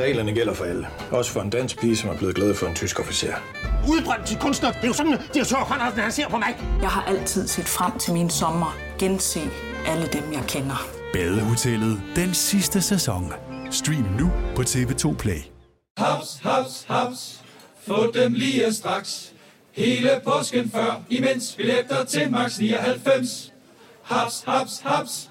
Speaker 12: Reglerne gælder for alle. Også for en dansk pige, som er blevet glad for en tysk officer.
Speaker 13: Udbrændt til kunstner. Det er jo sådan, at de har Conradsen, han ser på mig. Jeg har altid set frem til min sommer. Gense alle dem, jeg kender.
Speaker 14: Badehotellet den sidste sæson. Stream nu på TV2 Play.
Speaker 8: Haps, haps, haps. Få dem lige straks. Hele påsken før, imens billetter til max 99. Haps, haps, haps.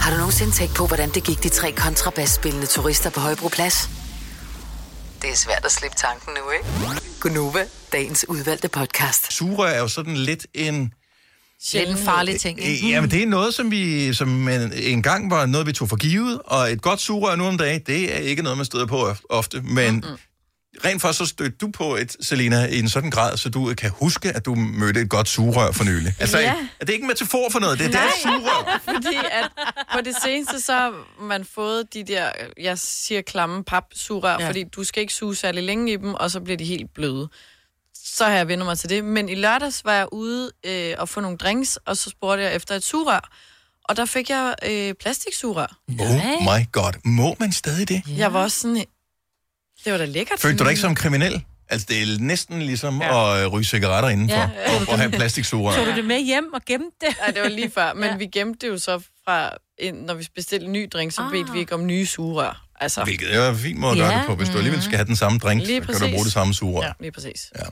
Speaker 5: Har du nogensinde tænkt på, hvordan det gik de tre kontrabasspillende turister på Højbroplads? Det er svært at slippe tanken nu, ikke? Gunova, dagens udvalgte podcast.
Speaker 1: Sure er jo sådan lidt en...
Speaker 2: Sjældent farlige ting.
Speaker 1: Øh, Jamen, det er noget, som vi som en, en gang var noget, vi tog for givet, og et godt sugerør nu om dagen, det er ikke noget, man støder på of- ofte, men Mm-mm. rent faktisk så stødte du på et, Selina, i en sådan grad, så du kan huske, at du mødte et godt sugerør for nylig. Altså,
Speaker 4: Ja.
Speaker 1: ja. er det ikke en metafor for noget? Det er det, sugerør.
Speaker 4: [laughs] Fordi at på det seneste, så har man fået de der, jeg siger klamme pap ja.
Speaker 2: Ja.
Speaker 4: fordi du skal ikke suge særlig længe i dem, og så bliver de helt bløde. Så har jeg vendt mig til det. Men i lørdags var jeg ude øh, og få nogle drinks, og så spurgte jeg efter et sugerør. Og der fik jeg øh, plastiksugerør.
Speaker 1: Oh my god. Må man stadig det?
Speaker 4: Jeg var også sådan, det var da lækkert.
Speaker 1: Følte du dig ikke som kriminel? Altså, det er næsten ligesom ja. at ryge cigaretter indenfor,
Speaker 4: Ja.
Speaker 1: ja. og, og have plastiksugerør.
Speaker 4: Tog du
Speaker 3: det med hjem og gemte det?
Speaker 4: Nej, det var lige før. Men ja. vi gemte det jo så fra, ind, når vi bestilte en ny drink, så
Speaker 2: Ah.
Speaker 4: bedte vi ikke om nye sugerør. Altså.
Speaker 1: Hvilket er en fin måde at gøre
Speaker 4: Ja. Mm.
Speaker 1: det på. Hvis du alligevel skal have den samme drink,
Speaker 4: Lige
Speaker 1: så kan du
Speaker 4: præcis.
Speaker 1: bruge det samme sugerør.
Speaker 4: Ja, lige præcis.
Speaker 1: Ja.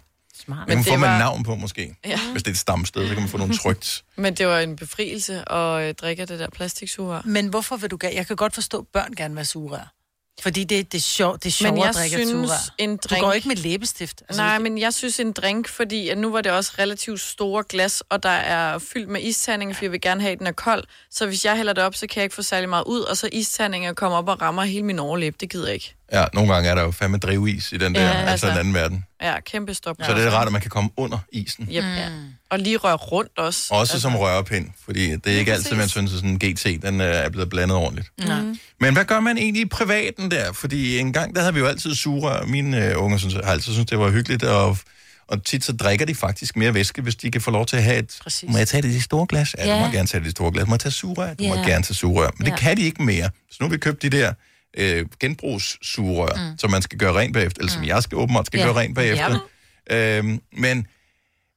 Speaker 3: Smart.
Speaker 1: Men
Speaker 4: Men
Speaker 1: kan få
Speaker 4: det,
Speaker 1: med
Speaker 4: var,
Speaker 1: navn på måske.
Speaker 4: Ja.
Speaker 1: Ja. Hvis det er et stamsted, så kan man
Speaker 4: [laughs]
Speaker 1: få nogle trygt.
Speaker 4: men det var en befrielse at øh, drikke af det der plastiksugerør.
Speaker 2: Men hvorfor vil du gerne... Jeg kan godt forstå, at børn gerne vil være sugerør. Mm. Fordi det, det er sjovt, det er sjovt
Speaker 4: Men jeg
Speaker 2: at drikke et
Speaker 4: synes,
Speaker 2: sugerør.
Speaker 4: en
Speaker 2: Du
Speaker 4: drink-
Speaker 2: går ikke med læbestift.
Speaker 4: Altså, Nej, men jeg synes en drink, fordi at nu var det også relativt store glas, og der er fyldt med isterninger, for jeg vil gerne have, at den er kold. Så hvis jeg hælder det op, så kan jeg ikke få særlig meget ud, og så isterninger kommer op og rammer hele min overlæb. Det gider jeg ikke.
Speaker 1: Ja, nogle gange er der jo fandme drivis i den der,
Speaker 4: Ja,
Speaker 1: ja, altså,
Speaker 4: altså.
Speaker 1: altså den anden verden.
Speaker 4: Ja, altså. kæmpe stop.
Speaker 1: Så det er rart, at man kan komme under isen.
Speaker 4: Yep. Mm. Og lige røre rundt også.
Speaker 1: Også som
Speaker 4: Altså.
Speaker 1: rørpind, fordi det er ikke altid, man synes, at sådan en GT den øh, er blevet blandet ordentligt.
Speaker 4: Mm.
Speaker 1: Men hvad gør man egentlig i privaten der? Fordi en gang, der havde vi jo altid sugerør. Mine øh, unger synes, har altid synes, det var hyggeligt, og, og tit så drikker de faktisk mere væske, hvis de kan få lov til at have et... Præcis. Må jeg tage det i det store glas? Ja, du
Speaker 15: Ja.
Speaker 1: må gerne tage det i det store glas. Må jeg tage sugerør? Du
Speaker 15: Ja.
Speaker 1: må gerne tage sugerør. Men
Speaker 15: Ja.
Speaker 1: det kan de ikke mere. Så nu har vi købt de der øh, genbrugssugerør,
Speaker 15: Mm.
Speaker 1: mm. som man skal gøre rent bagefter, eller som jeg skal åbenbart skal
Speaker 15: Ja.
Speaker 1: ja. gøre rent bagefter. Øhm, men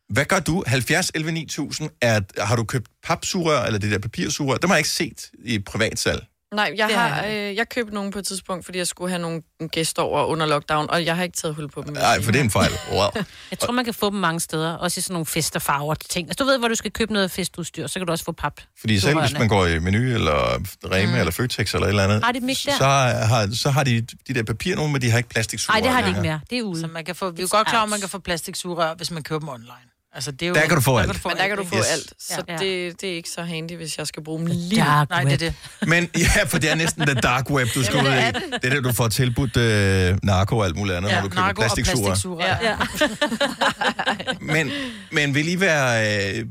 Speaker 1: hvad gør du? 70 11 9000, er, har du købt papsugerør, eller det der papirsugerør? Dem har jeg ikke set i privatsalg.
Speaker 4: Altså, Nej, jeg,
Speaker 2: Det
Speaker 4: har,
Speaker 2: har
Speaker 4: øh, jeg købte nogen på et tidspunkt, fordi jeg skulle have nogle gæster over under lockdown, og jeg har ikke taget hul på dem.
Speaker 1: Nej, for det er en fejl. Wow.
Speaker 3: Jeg tror, man kan få dem mange steder. Også i sådan nogle fest- og farver ting. Altså, du ved, hvor du skal købe noget festudstyr, så kan du også få pap.
Speaker 1: Fordi selv hvis man går i menu, eller Rema, mm. eller Føtex, eller et eller andet,
Speaker 3: Har de dem ikke der?
Speaker 1: så, har, så har de de der papir nogen, men de har ikke plastiksugerør.
Speaker 2: Nej, det har de ikke
Speaker 1: længere.
Speaker 2: mere. Det er ude. Så man kan få, vi er jo godt klar, over, at man kan få plastiksugerør, hvis man køber dem online. Altså, det er jo,
Speaker 1: Der kan du få alt.
Speaker 4: Men der kan du få
Speaker 1: Yes.
Speaker 4: alt, så
Speaker 2: Ja.
Speaker 4: det, det er ikke så handy, hvis jeg skal bruge dem lige. nu.
Speaker 2: Nej, det er det.
Speaker 1: Men [laughs] ja, for det er næsten the dark web, du skal
Speaker 4: Jamen,
Speaker 1: ud
Speaker 4: det
Speaker 1: i.
Speaker 4: er
Speaker 1: Det er der, du får tilbudt øh, narko og alt muligt andet, ja, når du køber
Speaker 2: narko og
Speaker 1: plastiksugerør.
Speaker 2: plastiksugerør. Ja.
Speaker 1: Men, men vil I være øh,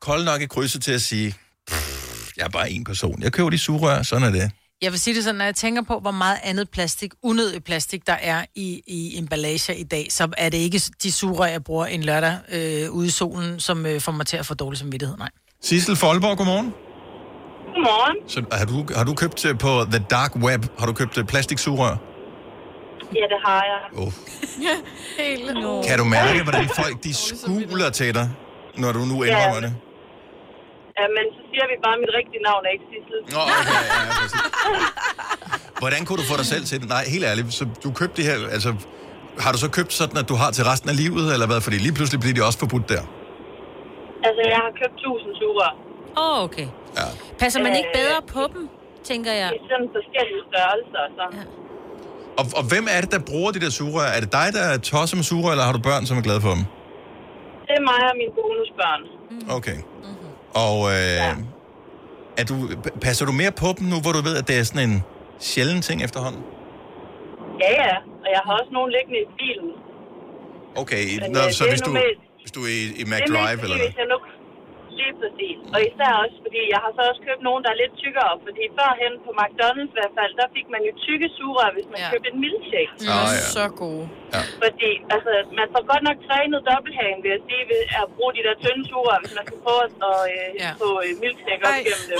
Speaker 1: kold nok i krydset til at sige, "Pff, jeg er bare en person. Jeg køber de sugerør, sådan er det.
Speaker 2: Jeg vil sige det sådan, når jeg tænker på, hvor meget andet plastik, unødig plastik, der er i, i emballager i dag, så er det ikke de sugerør, jeg bruger en lørdag øh, ude i solen, som øh, får mig til at få dårlig samvittighed. Nej.
Speaker 1: Sissel Folborg, godmorgen.
Speaker 15: Godmorgen.
Speaker 1: Så har du, har du købt øh, på The Dark Web, har du købt øh, plastiksugerør?
Speaker 15: Ja, det har jeg.
Speaker 1: Oh.
Speaker 4: Ja, helt no.
Speaker 1: Kan du mærke, hvordan folk de skuler til dig, når du nu indrømmer det?
Speaker 15: Ja, men så siger vi bare, at mit rigtige navn er ikke Sissel.
Speaker 1: Nå, okay, ja, Hvordan kunne du få dig selv til det? Nej, helt ærligt, så du købte det her, altså, har du så købt sådan, at du har til resten af livet, eller hvad? Fordi lige pludselig bliver de også forbudt der.
Speaker 15: [laughs] Altså, jeg har købt 1000 sugerør.
Speaker 3: Åh, oh, okay.
Speaker 1: Ja.
Speaker 3: Passer man ikke bedre på dem, tænker jeg?
Speaker 15: Det er Øh, sådan forskellige størrelser, så. Ja.
Speaker 1: Og, og hvem er det, der bruger de der sugerør? Er det dig, der er tosset med sugerør, eller har du børn, som er glade for dem?
Speaker 15: Det er mig og mine bonusbørn.
Speaker 1: Okay.
Speaker 15: Mm-hmm.
Speaker 1: Og øh, er du, passer du mere på dem nu, hvor du ved, at det er sådan en sjælden ting efterhånden?
Speaker 15: Ja, ja. Og jeg har også nogen liggende i bilen.
Speaker 1: Okay,
Speaker 15: Men,
Speaker 1: Nå,
Speaker 15: øh,
Speaker 1: så
Speaker 15: det er
Speaker 1: hvis du,
Speaker 15: normalt.
Speaker 1: hvis du er i, i
Speaker 15: det
Speaker 1: Mac
Speaker 15: er mest
Speaker 1: Drive
Speaker 15: fordi,
Speaker 1: eller noget?
Speaker 15: hvis jeg nu... Lige præcis. Og især også, fordi jeg har så også købt nogen, der er lidt tykkere. Fordi førhen på McDonald's i hvert fald, der fik man jo tykke sugerør, hvis man ja. købte en milkshake.
Speaker 4: De er så gode.
Speaker 15: Fordi, altså, man får godt nok trænet dobbelthagen, vil jeg sige, ved at bruge de der tynde sugerør, hvis man skal prøve at og, øh, ja. få øh, milkshake op gennem dem.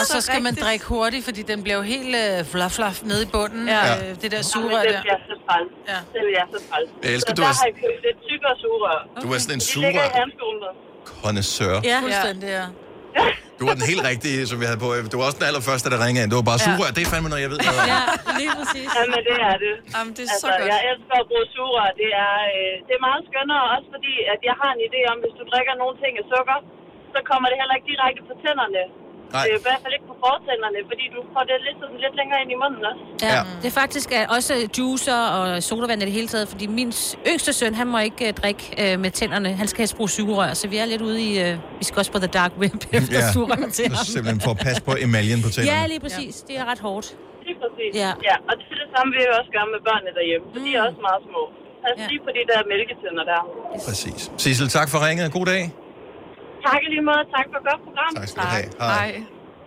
Speaker 2: Og så skal man drikke hurtigt, fordi den bliver jo helt øh, fluff, fluff nede i bunden.
Speaker 15: Ja.
Speaker 2: Ja. Øh, det der
Speaker 15: Jamen,
Speaker 2: sugerør
Speaker 15: det
Speaker 2: der.
Speaker 15: bliver så træls. Ja. Det bliver så træls.
Speaker 1: Jeg elsker,
Speaker 15: så
Speaker 1: du
Speaker 15: der
Speaker 1: er-
Speaker 15: har jeg købt lidt tykkere sugerør.
Speaker 1: Du er sådan en
Speaker 15: De ligger i
Speaker 1: sugerør-
Speaker 15: handskerummet.
Speaker 1: Connoisseur.
Speaker 2: Ja, fuldstændig, ja.
Speaker 1: Du var den helt rigtige, som vi havde på. Du var også den allerførste, der ringede ind. Du var bare
Speaker 15: Ja.
Speaker 1: sugerør. Det er fandme noget,
Speaker 15: [laughs]
Speaker 1: jeg ved. noget om.
Speaker 15: Ja, lige præcis. Jamen, det er det.
Speaker 4: Jamen, det er
Speaker 15: altså,
Speaker 4: så godt.
Speaker 15: Jeg elsker at bruge sugerør. Det er, øh, det er meget skønnere, også fordi at jeg har en idé om, hvis du drikker nogle ting af sukker, så kommer det heller ikke direkte på tænderne.
Speaker 3: Nej.
Speaker 15: Øh, I hvert fald ikke på fortænderne, fordi du får det lidt, sådan, lidt længere ind i munden også.
Speaker 3: Ja. Det er faktisk øh, også juicer og sodavand i det hele taget, fordi min s- yngste søn, han må ikke øh, drikke øh, med tænderne. Han skal helst bruge sugerør, så vi er lidt ude i... Øh, vi skal også på The Dark Web
Speaker 1: [laughs]
Speaker 3: efter ja. sugerør til
Speaker 1: Så
Speaker 3: ham.
Speaker 1: simpelthen for at passe på emaljen på tænderne.
Speaker 3: Ja, lige præcis. Ja. Det er ret hårdt.
Speaker 15: Lige præcis.
Speaker 3: Ja. Mm.
Speaker 15: ja. Og det er det samme, vi jo også gør med børnene derhjemme, for de er også meget små. Pas ja. lige på de der mælketænder der.
Speaker 1: Præcis. Sissel, tak for ringet. God dag.
Speaker 15: Tak i lige måde. Tak for et godt program. Tak
Speaker 1: skal du have. Hej. Hej.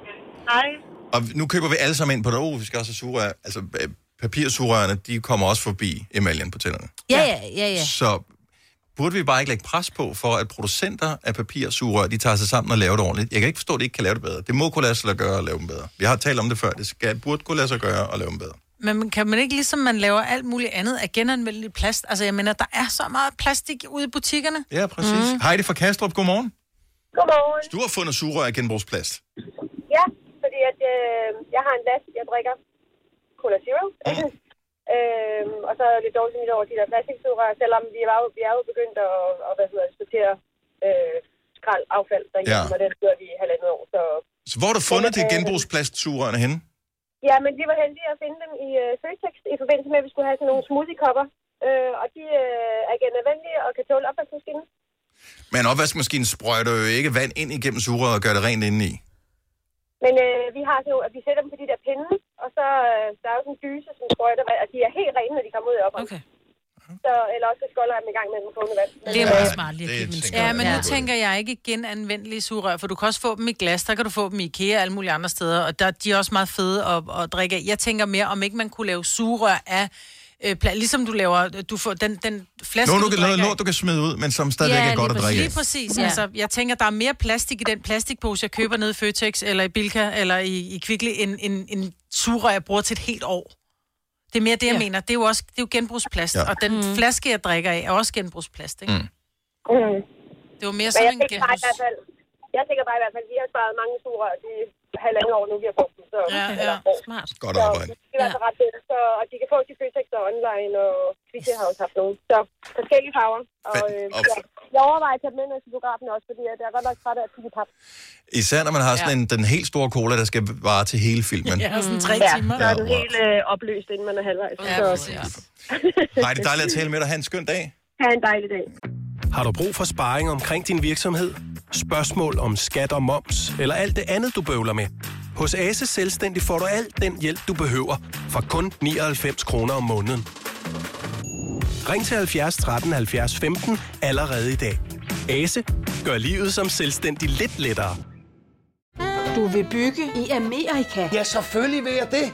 Speaker 3: [laughs]
Speaker 15: Hej.
Speaker 1: Og nu køber vi alle sammen ind på det. Oh, vi skal også have sugerør. Altså, øh, papirsugerørene, de kommer også forbi emaljen på tænderne.
Speaker 3: Ja, ja, ja, ja.
Speaker 1: Så burde vi bare ikke lægge pres på for, at producenter af papirsugerør, de tager sig sammen og laver det ordentligt. Jeg kan ikke forstå, at de ikke kan lave det bedre. Det må kunne lade sig gøre at lave dem bedre. Vi har talt om det før. Det skal, burde kunne lade sig gøre at lave dem bedre.
Speaker 2: Men kan man ikke ligesom man laver alt muligt andet af genanvendeligt plast? Altså jeg mener, der er så meget plastik ude i butikkerne.
Speaker 1: Ja, præcis.
Speaker 3: Mhm.
Speaker 1: Mm. Heidi fra Kastrup, godmorgen.
Speaker 15: Godmorgen.
Speaker 1: Du har fundet sugerør af genbrugsplast.
Speaker 15: Ja, fordi at, øh, jeg har en last, jeg drikker Cola Zero. Mm. [laughs] øhm, og så er jeg lidt dårligt nyt over de der plastiksugerør, selvom vi er, jo- vi er jo begyndt at, at hvad hedder, det, sortere øh, skrald affald derhjemme,
Speaker 1: Ja.
Speaker 15: ja. og det gør vi i halvandet år. Så
Speaker 1: Så hvor har du fundet
Speaker 15: Men,
Speaker 1: dit
Speaker 15: øh,
Speaker 1: genbrugsplastsugerne henne?
Speaker 15: Ja, men vi var heldige at finde dem i øh, Føtex i forbindelse med, at vi skulle have sådan nogle smoothie-kopper. Øh, og de øh, er genanvendelige og kan tåle opvaskemaskinen.
Speaker 1: Men opvaskemaskinen sprøjter jo ikke vand ind igennem sugerøret og gør det rent indeni.
Speaker 15: Men øh, vi har sådan, nogle- at vi sætter dem på de der pinde, og så øh, der er jo sådan en dyse, som sprøjter vand, og de er helt rene, når de kommer ud af opvask. Okay. Så, eller også så skolder jeg dem i gang med den kogende vand.
Speaker 2: Det er meget
Speaker 3: smart lige
Speaker 1: at give dem en
Speaker 2: Ja, men nu tænker jeg ikke genanvendelige sugerør, for du kan også få dem i glas, der kan du få dem i IKEA og alle mulige andre steder, og der, de er også meget fede at, at drikke af. Jeg tænker mere, om ikke man kunne lave sugerør af, øh, pla- ligesom du laver, du får den, den flaske,
Speaker 1: Noget, du kan, noget
Speaker 2: drikker af.
Speaker 1: lort, du kan smide ud, men som stadigvæk er godt at drikke.
Speaker 2: Lige
Speaker 1: af.
Speaker 2: præcis.
Speaker 3: Ja.
Speaker 2: Ja. Altså, jeg tænker, der er mere plastik i den plastikpose, jeg køber nede i Føtex, eller i Bilka, eller i, i Kvickly, end en, en sugerør, jeg bruger til et helt år. Det er mere det, jeg ja. mener. Det er jo også det er jo genbrugsplast,
Speaker 1: Ja.
Speaker 2: ja. og den mm. flaske, jeg drikker af, er også genbrugsplast, ikke?
Speaker 1: Mm.
Speaker 15: Mm.
Speaker 2: Det var mere
Speaker 15: Men
Speaker 2: sådan
Speaker 15: jeg
Speaker 2: en
Speaker 15: tænker, bare i
Speaker 2: genbrugs...
Speaker 15: hvert fald, jeg tænker bare i hvert fald, at vi har sparet mange sugerør de halvandet år nu, vi har brugt dem. Så,
Speaker 2: ja,
Speaker 15: ja.
Speaker 3: Smart.
Speaker 1: Godt arbejde.
Speaker 15: Det er altså ret fedt. Så, og de kan få til Føtex og online, og Kvikke har også haft nogen. Så forskellige farver. Og, øh,
Speaker 1: Og-
Speaker 15: ja. Jeg overvejer at tage dem med ned til biografen også, fordi jeg er godt nok træt af at tigge pap.
Speaker 1: Især når man har sådan en, den helt store cola, der skal vare til hele
Speaker 2: [laughs]
Speaker 1: filmen.
Speaker 15: Ja, så
Speaker 1: Ja,
Speaker 15: er den
Speaker 1: wow.
Speaker 15: helt øh, opløst, inden man er halvvejs. Ja, så.
Speaker 1: Nej, det er dejligt at tale med dig. Ha' en skøn dag.
Speaker 15: Ha' en dejlig dag.
Speaker 16: Har du brug for sparring omkring din virksomhed? Spørgsmål om skat og moms, eller alt det andet, du bøvler med? Hos Ase Selvstændig får du alt den hjælp, du behøver, for kun 99 kroner om måneden. Ring til 70 13 70 15 allerede i dag. Ase gør livet som selvstændig lidt lettere.
Speaker 17: Du vil bygge i Amerika? Ja, selvfølgelig vil jeg det.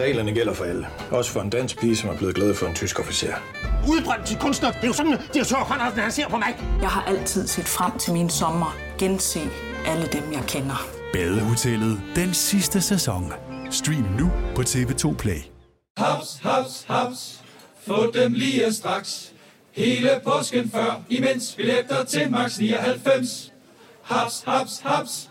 Speaker 12: Reglerne gælder for alle. Også for en dansk pige, som er blevet glad for en tysk officer.
Speaker 13: Udbrændt til kunstner. Det er jo sådan, at de har tørt, Conradsen, han ser på mig. Jeg har altid set frem til min sommer. Gense alle dem, jeg kender.
Speaker 14: Badehotellet den sidste sæson. Stream nu på TV2 Play.
Speaker 8: Haps, haps, haps. Få dem lige straks. Hele påsken før, imens billetter til max 99. Haps, haps, haps.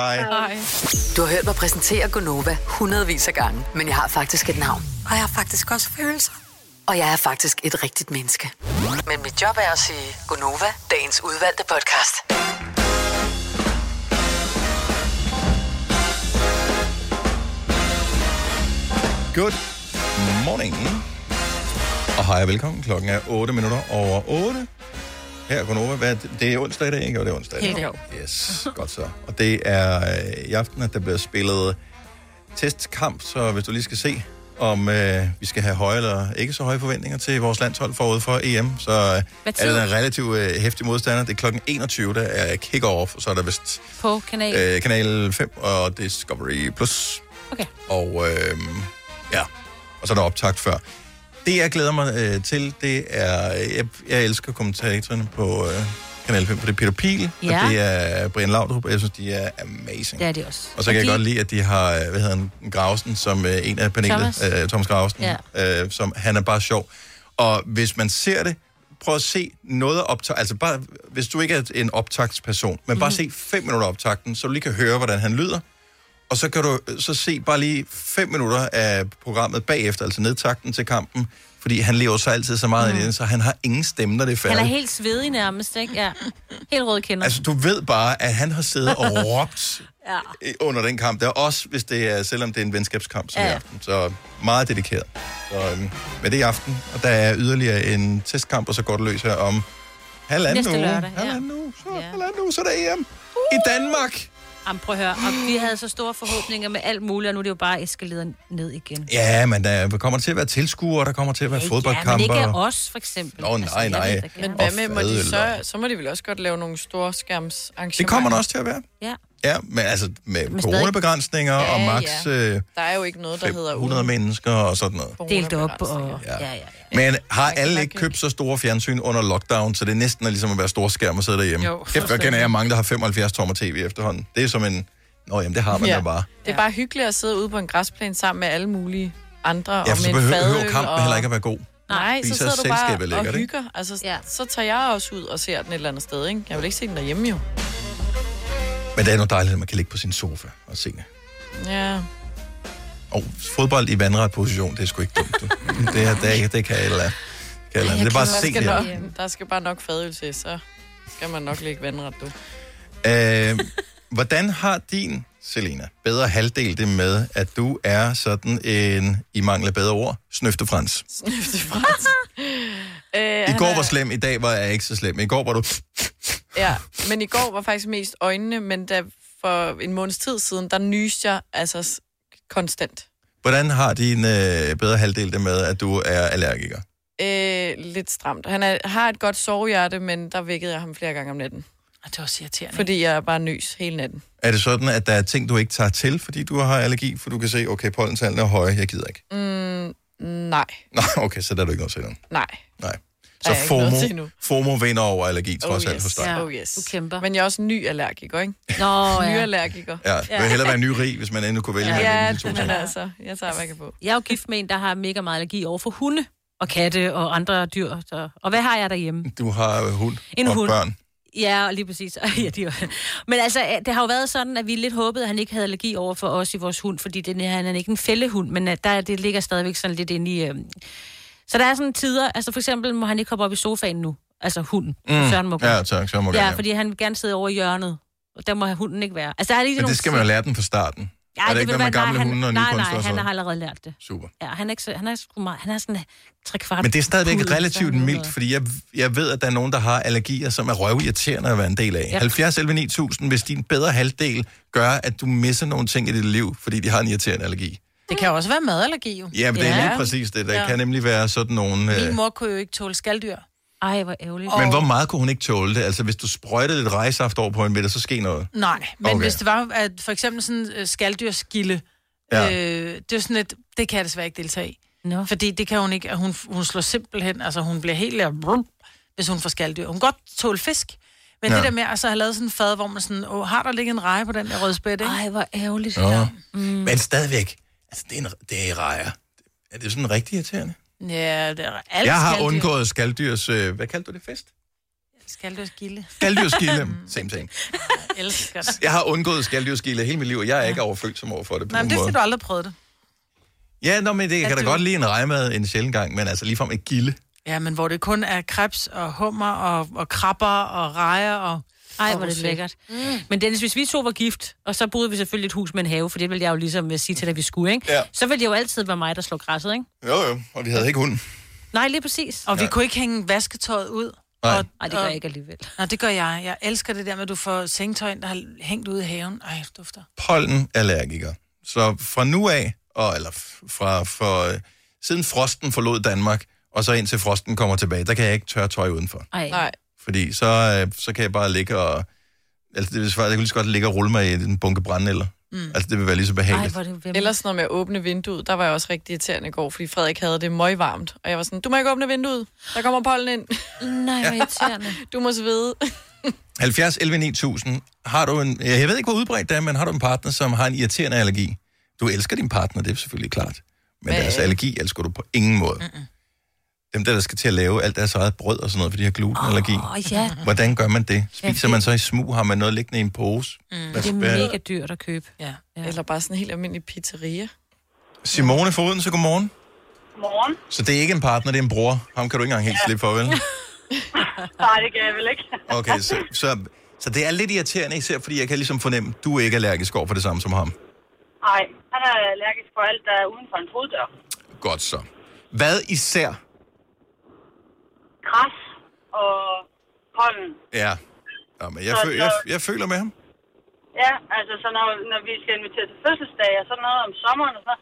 Speaker 1: Hej.
Speaker 18: Hej.
Speaker 5: Du har hørt mig præsentere Gonova hundredvis af gange, men jeg har faktisk et navn.
Speaker 19: Og jeg har faktisk også følelser.
Speaker 5: Og jeg er faktisk et rigtigt menneske. Men mit job er at sige Gonova, dagens udvalgte podcast.
Speaker 1: Good morning. Og hej og velkommen. Klokken er 8 minutter over 8. Her er Gunova. Hvad er det? det er onsdag i dag, ikke? Jo, det er onsdag. i dag.
Speaker 20: Helt jo.
Speaker 1: Yes, godt så. Og det er øh, i aften, at der bliver spillet testkamp, så hvis du lige skal se, om øh, vi skal have høje eller ikke så høje forventninger til vores landshold forud for EM, så øh, er
Speaker 3: tid?
Speaker 1: der en relativt øh, hæftig modstander. Det er klokken 21, der er kick-off, så er der vist
Speaker 3: På kanal.
Speaker 1: øh, kanal 5 og Discovery+. Plus.
Speaker 3: Okay.
Speaker 1: Og øh, ja, og så er der optakt før. Det, jeg glæder mig øh, til, det er... Jeg, jeg elsker kommentatorerne på øh, Kanal 5, for det er Peter Pil,
Speaker 3: Ja.
Speaker 1: og det er Brian Laudrup, og jeg synes, de er amazing.
Speaker 3: Det er de også.
Speaker 1: Og så kan jeg godt lide, at de har, øh, hvad hedder han, Grausen, som øh, en af panelet, Thomas,
Speaker 3: Thomas.
Speaker 1: øh, Thomas Grausen, ja. øh, som han er bare sjov. Og hvis man ser det, prøv at se noget af optag, altså bare, hvis du ikke er en optagsperson, men bare
Speaker 3: Mhm.
Speaker 1: se fem minutter af optagten, så du lige kan høre, hvordan han lyder, og så kan du øh, så se bare lige fem minutter af programmet bagefter, altså nedtakten til kampen, fordi han lever så altid så meget mm. i det, så han har ingen stemme, når det er færdigt.
Speaker 3: Mhm. Han er helt svedig nærmest, ikke? Ja. Helt rød kender.
Speaker 1: Altså, du ved bare, at han har siddet og [laughs] råbt
Speaker 3: Ja.
Speaker 1: øh, under den kamp der, også hvis det er, selvom det er en venskabskamp som
Speaker 3: Ja,
Speaker 1: ja. i
Speaker 3: ja.
Speaker 1: aften. Så meget dedikeret. Så, øhm, men det er i aften, og der er yderligere en testkamp, og så går det løs her om halvanden
Speaker 3: Næste
Speaker 1: uge.
Speaker 3: lørdag.
Speaker 1: Halvanden
Speaker 3: ja.
Speaker 1: uge, så, ja. halvanden uge, så er der EM. I Danmark!
Speaker 3: Jamen, prøv at høre. Og vi havde så store forhåbninger med alt muligt, og nu er det jo bare eskaleret ned igen.
Speaker 1: Ja, men der kommer til at være tilskuere, der kommer til at være
Speaker 3: Øh, Ja, men
Speaker 1: fodboldkampe.
Speaker 3: ikke af os, for eksempel. Altså,
Speaker 1: Nå, nej,
Speaker 3: jeg
Speaker 1: nej.
Speaker 3: ved det ikke.
Speaker 4: Men
Speaker 1: Og
Speaker 4: hvad med, må de
Speaker 1: fadøl
Speaker 4: så, så må de vel også godt lave nogle store skærmsarrangementer.
Speaker 1: Det kommer der også til at være.
Speaker 3: Ja.
Speaker 1: Ja, men altså med
Speaker 4: Men stadig-
Speaker 1: coronabegrænsninger og maks øh,
Speaker 4: Der er jo ikke noget, der hedder
Speaker 1: 100 mennesker og sådan noget.
Speaker 3: Delt op og... Ja, ja. ja.
Speaker 1: Men har alle ikke købt så store fjernsyn under lockdown, så det er næsten er ligesom at være stor skærm og sidde derhjemme?
Speaker 4: Jo,
Speaker 1: Jo, Kæft, hvor kender jeg mange, der har 75 tommer tv efterhånden. Det er som en... Nå jamen, det har man ja. da bare.
Speaker 4: Det er bare hyggeligt at sidde ude på en græsplæne sammen med alle mulige andre.
Speaker 1: Ja,
Speaker 4: og
Speaker 1: for så
Speaker 4: med
Speaker 1: behøver,
Speaker 4: en
Speaker 1: behøver
Speaker 4: fadøl
Speaker 1: kampen
Speaker 4: og...
Speaker 1: heller ikke at være god.
Speaker 4: Nej,
Speaker 1: Fordi
Speaker 4: så
Speaker 1: er
Speaker 4: sidder du bare
Speaker 1: selskabet lækkert,
Speaker 4: og
Speaker 1: ikke?
Speaker 4: hygger. Altså, ja. så tager jeg også ud og ser den et eller andet sted, ikke? Jeg vil ikke se den derhjemme, jo.
Speaker 1: Men det er noget dejligt, at man kan ligge på sin sofa og se det.
Speaker 4: Ja.
Speaker 1: Og fodbold i vandret position, det er sgu ikke dumt. du. Mm, det, er, det, er, det kan jeg eller det kan jeg eller. Det er bare at se
Speaker 4: skal
Speaker 1: det. her.
Speaker 4: nok, Der skal bare nok fadøl til, så skal man nok ligge vandret, du.
Speaker 1: Øh, hvordan har din, Selena, bedre halvdel det med, at du er sådan en, i mangel af bedre ord, snøftefrans?
Speaker 4: Snøfte Frans. [laughs] øh,
Speaker 1: I
Speaker 4: han
Speaker 1: går
Speaker 4: er-
Speaker 1: var slem, i dag var jeg ikke så slem. I går var du...
Speaker 4: Ja, men i går var faktisk mest øjnene, men da for en måneds tid siden, der nyste jeg altså s- konstant.
Speaker 1: Hvordan har din øh, bedre halvdel det med, at du er allergiker?
Speaker 4: Øh, lidt stramt. Han er, har et godt sovehjerte, men der vækkede jeg ham flere gange om natten.
Speaker 2: Og det var også irriterende.
Speaker 4: Fordi jeg bare nys hele natten.
Speaker 1: Er det sådan, at der er ting, du ikke [laughs] tager til, fordi du har allergi, for du kan se, okay, pollentallene er høje, jeg gider ikke?
Speaker 4: Mm, Nej,
Speaker 1: Nå, okay, så der er du ikke noget til nu.
Speaker 4: nej.
Speaker 1: Nej.
Speaker 4: Der
Speaker 1: Så
Speaker 4: er jeg ikke noget til
Speaker 1: FOMO,
Speaker 4: nu.
Speaker 1: FOMO vinder over allergi, trods alt hos dig.
Speaker 4: Ja.
Speaker 1: Ja.
Speaker 4: Oh yes. Du kæmper. Men jeg er også ny allergiker, ikke? [laughs]
Speaker 3: Nå,
Speaker 4: ny
Speaker 3: ja.
Speaker 4: allergiker.
Speaker 1: Ja, det ville hellere være nyrig, hvis man endnu kunne vælge. mellem
Speaker 4: Ja,
Speaker 1: de to
Speaker 4: den
Speaker 1: ting.
Speaker 4: er altså. Jeg tager, hvad jeg kan få.
Speaker 3: [laughs] Jeg er jo gift med en, der har mega meget allergi over for hunde og katte og andre dyr. Så. Og hvad har jeg derhjemme?
Speaker 1: Du har øh, hund
Speaker 3: En
Speaker 1: og
Speaker 3: hund.
Speaker 1: børn.
Speaker 3: Ja, og lige præcis. [laughs] ja, de er- Men altså, det har jo været sådan, at vi lidt håbede, at han ikke havde allergi over for os i vores hund, fordi den her, han er ikke en fællehund, men at der, det ligger stadigvæk sådan lidt inde i... Øh... Så der er sådan tider, altså for eksempel må han ikke hoppe op i sofaen nu, altså hunden.
Speaker 1: Mm.
Speaker 3: Søren må
Speaker 1: Ja, tak. Søren må
Speaker 3: ja,
Speaker 1: gerne,
Speaker 3: fordi han vil gerne sidde over i hjørnet, og der må hunden ikke være. Altså, der er lige
Speaker 1: Men det skal man jo lære den fra starten.
Speaker 3: Ja,
Speaker 1: er det,
Speaker 3: det
Speaker 1: ikke,
Speaker 3: vil
Speaker 1: hvad man
Speaker 3: være- nej,
Speaker 1: gamle
Speaker 3: han-
Speaker 1: hunde og nye
Speaker 3: Nej, nej,
Speaker 1: kunstnere
Speaker 3: han
Speaker 1: så-
Speaker 3: har allerede lært det.
Speaker 1: Super.
Speaker 3: Ja, han er, ikke, så- han er, sgu meget, han er sådan tre kvart.
Speaker 1: Men det er stadigvæk
Speaker 3: pudel, så
Speaker 1: relativt
Speaker 3: han
Speaker 1: mildt, fordi jeg, jeg ved, at der er nogen, der har allergier, som er røvirriterende at være en del af.
Speaker 3: Ja.
Speaker 1: Ja. 70 11 9000, hvis din bedre halvdel gør, at du misser nogle ting i dit liv, fordi de har en irriterende allergi.
Speaker 2: Det kan også være madallergi, jo.
Speaker 1: Ja, men det er lige præcis det. Der
Speaker 2: Ja.
Speaker 1: ja. kan nemlig være sådan nogle... Øh...
Speaker 2: Min mor kunne jo ikke tåle skalddyr.
Speaker 3: Ej, hvor ærgerligt.
Speaker 1: Men hvor meget kunne hun ikke tåle det? Altså, hvis du sprøjtede lidt rejsaft over på en middag, så ske noget.
Speaker 2: Nej, men okay.
Speaker 1: Okay.
Speaker 2: hvis det var at for eksempel sådan øh, skaldyrskilde,
Speaker 1: Ja.
Speaker 2: ja. øh, det er sådan et, det kan jeg desværre ikke deltage i.
Speaker 3: No.
Speaker 2: Fordi det kan hun ikke, at hun, hun slår simpelthen, altså hun bliver helt der, brum, hvis hun får skalddyr. Hun kan godt tåle fisk, men
Speaker 1: Ja.
Speaker 2: ja. det der med at så have lavet sådan en fad, hvor man sådan, åh, har der ligget en reje på den der røde spæt, ikke?
Speaker 3: Ej, hvor ærgerligt.
Speaker 1: Ja. Mm. Men stadigvæk, altså, det er, en, det er rejer. Er det sådan rigtig irriterende?
Speaker 2: Ja, det er alt
Speaker 1: Alle jeg har
Speaker 2: skalddyr.
Speaker 1: undgået skalddyrs... Øh, hvad kaldte du det? Fest?
Speaker 2: Skaldyrskilde.
Speaker 1: Skaldyrskilde. same, same.
Speaker 2: [laughs] Jeg elsker det.
Speaker 1: Jeg har undgået skaldyrskilde hele mit liv, og jeg er ikke overfølsom over for det på
Speaker 2: Nej, men
Speaker 1: nogen
Speaker 2: det er
Speaker 1: måde.
Speaker 2: fordi, du aldrig prøvede det.
Speaker 1: Ja, nå, men det, jeg
Speaker 2: At
Speaker 1: kan da
Speaker 2: du-
Speaker 1: godt lide en rejmad en sjældent gang, men altså ligefrem et gilde.
Speaker 2: Ja, men hvor det kun er krebs og hummer og, og krabber og rejer og...
Speaker 3: Ej,
Speaker 2: og
Speaker 3: hvor er det
Speaker 2: rosé.
Speaker 3: lækkert. Mm. Men Dennis, hvis vi to var gift, og så boede vi selvfølgelig et hus med en have, for det ville jeg jo ligesom øh, sige til dig, at vi skulle, ikke?
Speaker 1: Ja.
Speaker 3: Så ville det jo altid være mig, der slog græsset, ikke?
Speaker 1: Jo, jo, og vi havde ikke hunden.
Speaker 3: Nej, lige præcis.
Speaker 2: Og vi
Speaker 1: Nej.
Speaker 2: kunne ikke hænge vasketøjet ud.
Speaker 1: Nej.
Speaker 2: Og,
Speaker 3: Ej, det gør jeg ikke alligevel.
Speaker 2: Nej, det gør jeg. Jeg elsker det der med, at du får sengetøj, ind, der har hængt ude i haven. Ej, det dufter.
Speaker 1: Pollenallergiker. Så fra nu af, og, eller f- fra, for, øh, siden frosten forlod Danmark, og så indtil frosten kommer tilbage, der kan jeg ikke tørre tøj udenfor.
Speaker 3: Ej.
Speaker 4: Nej.
Speaker 1: Fordi så, øh, så kan jeg bare ligge og... Altså, det vil svare, jeg kunne lige så godt ligge og rulle mig i en bunke brændenælder. Mm. Altså, det vil være lige så behageligt.
Speaker 4: Eller sådan noget med at åbne vinduet. Der var jeg også rigtig irriterende i går, fordi Frederik havde det møgvarmt. Og jeg var sådan, du må ikke åbne vinduet. Der kommer pollen ind.
Speaker 3: [laughs] Nej, hvor irriterende.
Speaker 4: [laughs] du må så vide.
Speaker 1: 70 11 9000. Har du en, jeg ved ikke, hvor udbredt det er, men har du en partner, som har en irriterende allergi? Du elsker din partner, det er selvfølgelig klart. Men deres allergi elsker du på ingen måde. Mm-mm. Dem der, der skal til at lave alt deres eget brød og sådan noget, fordi de har glutenallergi.
Speaker 4: [laughs]
Speaker 3: Åh, ja.
Speaker 1: Hvordan gør man det?
Speaker 3: Ja,
Speaker 1: Spiser
Speaker 3: det-
Speaker 1: man så i smug? Har man noget liggende i en pose? Mm.
Speaker 3: Det er mega dyrt at købe.
Speaker 2: Ja.
Speaker 4: ja. Eller bare sådan en helt almindelig pizzeria.
Speaker 1: Simone Foden, så godmorgen.
Speaker 20: Morgen.
Speaker 1: Så det er ikke en partner, det er en bror. Ham kan du ikke engang helt slippe for, vel?
Speaker 20: Nej, det kan jeg vel ikke.
Speaker 1: Okay, så, så, så det er lidt irriterende, især fordi jeg kan ligesom fornemme, du er ikke allergisk over for det samme som ham.
Speaker 20: Nej, han er allergisk for alt, der er uden for en foddør.
Speaker 1: Godt så. Hvad især?
Speaker 20: Græs og pollen.
Speaker 1: Ja. Nå, men jeg,
Speaker 20: Så-
Speaker 1: føl,
Speaker 20: så-
Speaker 1: jeg, jeg føler med ham.
Speaker 20: Ja, altså så når, når vi skal invitere til fødselsdag og sådan noget om sommeren, og så,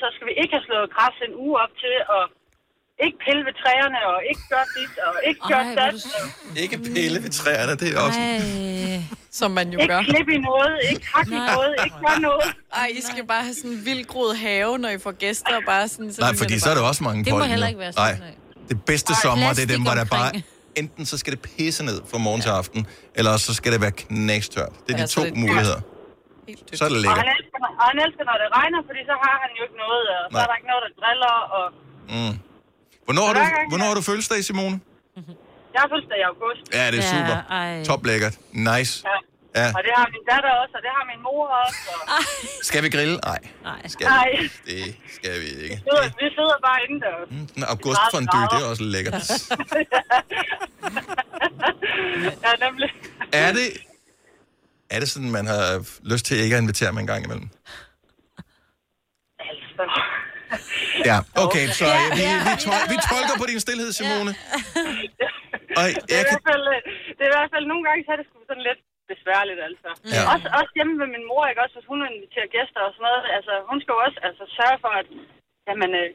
Speaker 20: så skal vi ikke have slået græs en uge op til, og ikke pille ved træerne, og ikke gøre dit, og ikke gøre
Speaker 4: Ej, hvor
Speaker 20: dat.
Speaker 4: er
Speaker 1: Ikke pille ved træerne, det er også...
Speaker 4: Som man jo
Speaker 20: Ikke
Speaker 4: gør.
Speaker 20: klippe i noget, ikke hakke i
Speaker 4: Nej.
Speaker 20: noget, ikke gøre noget.
Speaker 4: Ej, I skal bare have sådan en vild groet have, når I får gæster. Og bare sådan, så
Speaker 1: Nej,
Speaker 4: ligner
Speaker 1: fordi så er
Speaker 4: bare-
Speaker 1: der også mange pollen, jo.
Speaker 3: øh,
Speaker 1: Nej. Det bedste
Speaker 4: Ej,
Speaker 1: sommer, det er
Speaker 4: plastik
Speaker 1: dem, hvor der bare...
Speaker 4: omkring.
Speaker 1: Enten så skal det pisse ned fra morgen ja. til aften, eller også så skal det være knæstørt. Det er
Speaker 20: Ja,
Speaker 1: de
Speaker 20: så
Speaker 1: to
Speaker 20: det-
Speaker 1: muligheder. Så er det
Speaker 20: Og
Speaker 1: lækkert.
Speaker 20: han, elsker, og han elsker, når det regner, fordi så har han jo ikke noget, og så
Speaker 1: Nej.
Speaker 20: er der ikke noget, der driller, og
Speaker 1: Mm. Hvornår, har du,
Speaker 20: Hver gang, ja.
Speaker 1: hvornår har du fødselsdag, Simone?
Speaker 20: jeg har fødselsdag i august.
Speaker 1: Ja, det er super. Top lækkert. Nice.
Speaker 20: Ja.
Speaker 1: Ja.
Speaker 20: Og det har min datter også, og det har min mor også. Og...
Speaker 1: Skal vi grille? Nej.
Speaker 3: Nej.
Speaker 1: Skal
Speaker 20: Nej.
Speaker 1: vi? Det skal vi ikke.
Speaker 20: Sidder, vi sidder bare indendørs. Mm.
Speaker 1: Sådan August fondue, det er også lækkert.
Speaker 20: [laughs] ja, nemlig.
Speaker 1: Er det, er det sådan, man har lyst til ikke at invitere mig en gang imellem?
Speaker 20: Altså.
Speaker 1: Ja, okay, så
Speaker 20: Ja,
Speaker 1: øh, vi,
Speaker 20: ja.
Speaker 1: vi, tol- vi tolker på din stillhed, Simone. Og
Speaker 20: Det er,
Speaker 1: jeg
Speaker 20: i
Speaker 1: kan,
Speaker 20: hvert fald, øh, det er i hvert fald nogle gange, så er det sgu sådan lidt besværligt, altså.
Speaker 1: Ja.
Speaker 20: Også, også hjemme ved min mor, ikke? Også hvis hun inviterer gæster og sådan noget. Altså, hun skal jo også altså, sørge for, at jamen, øh,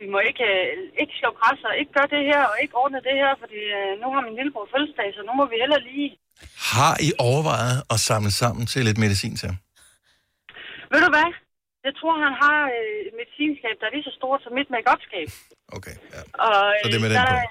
Speaker 20: vi må ikke, øh, ikke slå græs og ikke gøre det her og ikke ordne det her, fordi øh, nu har min lillebror fødselsdag, så nu må vi heller lige...
Speaker 1: har I overvejet at samle sammen til lidt medicin til ham?
Speaker 20: Ved du hvad?
Speaker 19: Jeg tror, han har øh, et medicinskab, der er lige så stort som mit make skab
Speaker 1: Okay,
Speaker 19: ja. Og, øh,
Speaker 1: Så det er med den
Speaker 19: der,
Speaker 1: på.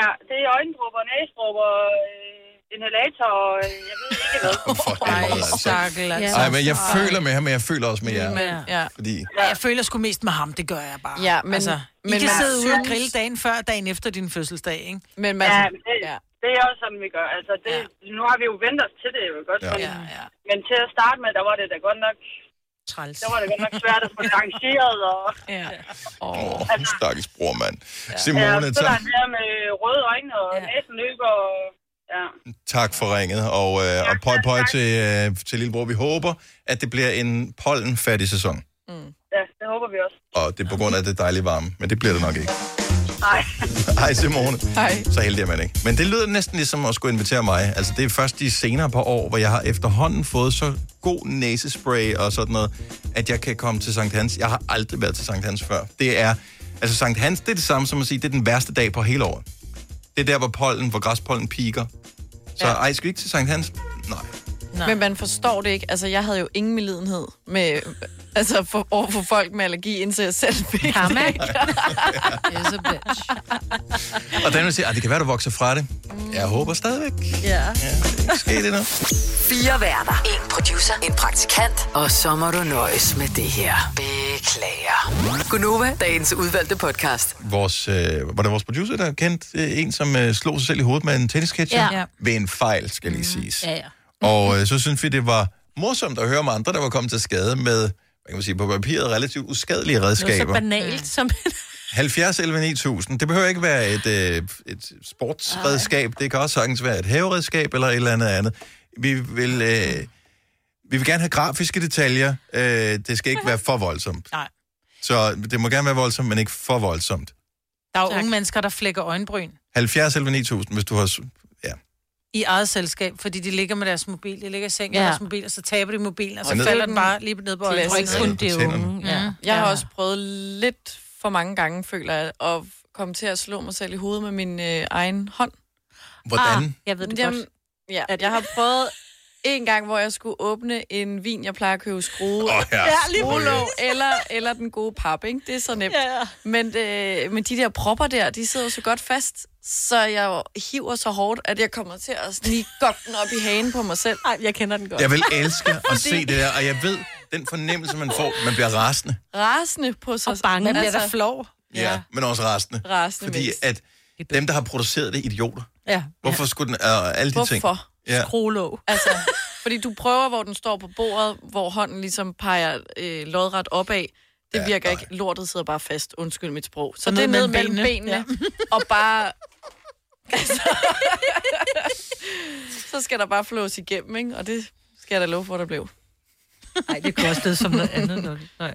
Speaker 19: Ja, det er øjendrupper, næsdrupper, øh, inhalator, og øh, jeg ved ikke
Speaker 1: [laughs]
Speaker 19: hvad.
Speaker 2: Ej, stakkel, altså.
Speaker 1: Ej, men jeg føler med ham, men jeg føler også med jer.
Speaker 2: Men, ja.
Speaker 1: Fordi
Speaker 2: Ja. Jeg føler sgu mest med ham, det gør jeg bare.
Speaker 4: Ja, men-
Speaker 2: altså, I
Speaker 4: men
Speaker 2: kan
Speaker 4: man
Speaker 2: sidde ude og
Speaker 4: synes-
Speaker 2: grille dagen før og dagen efter din fødselsdag, ikke? Altså,
Speaker 4: Men
Speaker 19: Ja, men det, ja. det er også sådan, vi gør. Altså, det, ja. nu har vi jo vendt os til det, jo godt.
Speaker 2: Ja.
Speaker 19: Men,
Speaker 2: Ja, ja.
Speaker 19: men til at starte med, der var det da godt nok...
Speaker 2: Træls.
Speaker 19: Der var det godt nok svært
Speaker 2: [laughs]
Speaker 19: at få det arrangeret, og...
Speaker 2: Ja.
Speaker 1: Åh, oh, stakkels bror, mand.
Speaker 19: ja,
Speaker 1: Simone,
Speaker 19: så der
Speaker 1: tak,
Speaker 19: er mere med røde øjne og ja. næsen løber, og... Ja.
Speaker 1: tak for ringet, og, øh, og pøj pøj til, øh, til lillebror. Vi håber, at det bliver en pollenfattig sæson,
Speaker 19: ja, det håber vi også.
Speaker 1: og det er på grund af det dejlige varme, men det bliver det nok ikke.
Speaker 19: Nej.
Speaker 1: Hej Simone.
Speaker 19: Hej.
Speaker 1: Så heldig er man ikke. Men det lyder næsten ligesom at skulle invitere mig. Altså det er først de senere par år, hvor jeg har efterhånden fået så god næsespray og sådan noget, at jeg kan komme til Sankt Hans. Jeg har aldrig været til Sankt Hans før. Det er, altså Sankt Hans, det er det samme som at sige, det er den værste dag på hele året. Det er der, hvor pollen, hvor græspollen piker. Så ja. ej, skal vi ikke til Sankt Hans? Nej.
Speaker 4: Nej. Men man forstår det ikke. Altså, jeg havde jo ingen medlidenhed med, [laughs] altså, for, over for folk med allergi, indtil jeg selv fik det.
Speaker 3: Karma.
Speaker 4: yes, a bitch.
Speaker 1: Og Daniel siger, at "Ah, det kan være, du vokser fra det. Jeg håber stadigvæk.
Speaker 3: Ja.
Speaker 1: Sker det nu?
Speaker 5: [laughs] Fire værter. En producer. En praktikant. Og så må du nøjes med det her. Beklager. Gunova, dagens udvalgte podcast.
Speaker 1: vores, øh, var det vores producer, der kendte øh, en, som øh, slog sig selv i hovedet med en tennisketcher?
Speaker 5: Ja.
Speaker 1: Ved en fejl, skal lige siges.
Speaker 3: Ja, ja.
Speaker 1: Og øh, så synes vi, det var morsomt at høre om andre, der var kommet til skade med, hvad kan man sige, på papiret relativt uskadelige
Speaker 3: Noget så
Speaker 1: redskaber.
Speaker 3: banalt som...
Speaker 1: 70 11 9000. Det behøver ikke være et, øh, et sportsredskab. Det kan også sagtens være et haveredskab eller et eller andet andet. Vi vil, øh, vi vil gerne have grafiske detaljer. Øh, det skal ikke være for voldsomt.
Speaker 2: Nej.
Speaker 1: Så det må gerne være voldsomt, men ikke for voldsomt.
Speaker 2: Der er jo unge mennesker, der flækker øjenbryn
Speaker 1: 70 11 9000, hvis du har... s- Ja.
Speaker 2: i eget selskab, fordi de ligger med deres mobil. De ligger i sengen
Speaker 4: Ja.
Speaker 2: med deres mobil, og så taber de mobilen, og
Speaker 1: Og
Speaker 2: så
Speaker 1: ned-
Speaker 2: falder den bare lige ned på øjenbrynet.
Speaker 4: Klassisk.
Speaker 2: Ja.
Speaker 4: Mm. Jeg har også prøvet lidt for mange gange, føler jeg, at komme til at slå mig selv i hovedet med min øh, egen hånd.
Speaker 1: Hvordan?
Speaker 4: Ah,
Speaker 3: jeg ved det godt.
Speaker 4: Ja, at jeg har prøvet en gang, hvor jeg skulle åbne en vin, jeg plejer at købe skrue.
Speaker 1: Åh, ja.
Speaker 4: ja,
Speaker 1: lige
Speaker 4: Skruelåg, eller, eller den gode pap, ikke? Det er så nemt.
Speaker 3: Ja.
Speaker 4: Men, øh, men de der propper der, de sidder jo så godt fast, så jeg hiver så hårdt, at jeg kommer til at snige godt den op i hagen på mig selv.
Speaker 3: Nej, jeg kender den godt.
Speaker 1: Jeg vil elske
Speaker 4: [laughs]
Speaker 1: at se det der, og jeg ved, den fornemmelse, man får, man bliver rasende.
Speaker 4: Rasende på sig. altså- Og
Speaker 3: bange.
Speaker 2: Man bliver da flov.
Speaker 1: Ja. ja. Men også rasende.
Speaker 4: Rasende
Speaker 1: Fordi
Speaker 4: mest.
Speaker 1: at dem, der har produceret det, er idioter.
Speaker 2: Ja.
Speaker 1: Hvorfor skulle den... Og alle de ting.
Speaker 4: Hvorfor?
Speaker 1: Ja.
Speaker 2: Skruelåg.
Speaker 4: Altså, fordi du prøver, hvor den står på bordet, hvor hånden ligesom peger øh, lodret opad. Det
Speaker 1: Ja,
Speaker 4: ja, virker ikke. Lortet sidder bare fast. Undskyld mit sprog. Så
Speaker 2: Og
Speaker 4: det er
Speaker 2: ned
Speaker 4: ned
Speaker 2: mellem
Speaker 4: mellem benene,
Speaker 2: benene.
Speaker 4: ja. og
Speaker 2: [laughs]
Speaker 4: bare... Altså, så skal der bare flås igennem, ikke? Og det skal jeg da love for, der blev.
Speaker 3: Nej, det kostede
Speaker 21: [laughs]
Speaker 3: som noget andet. Nok. Nej.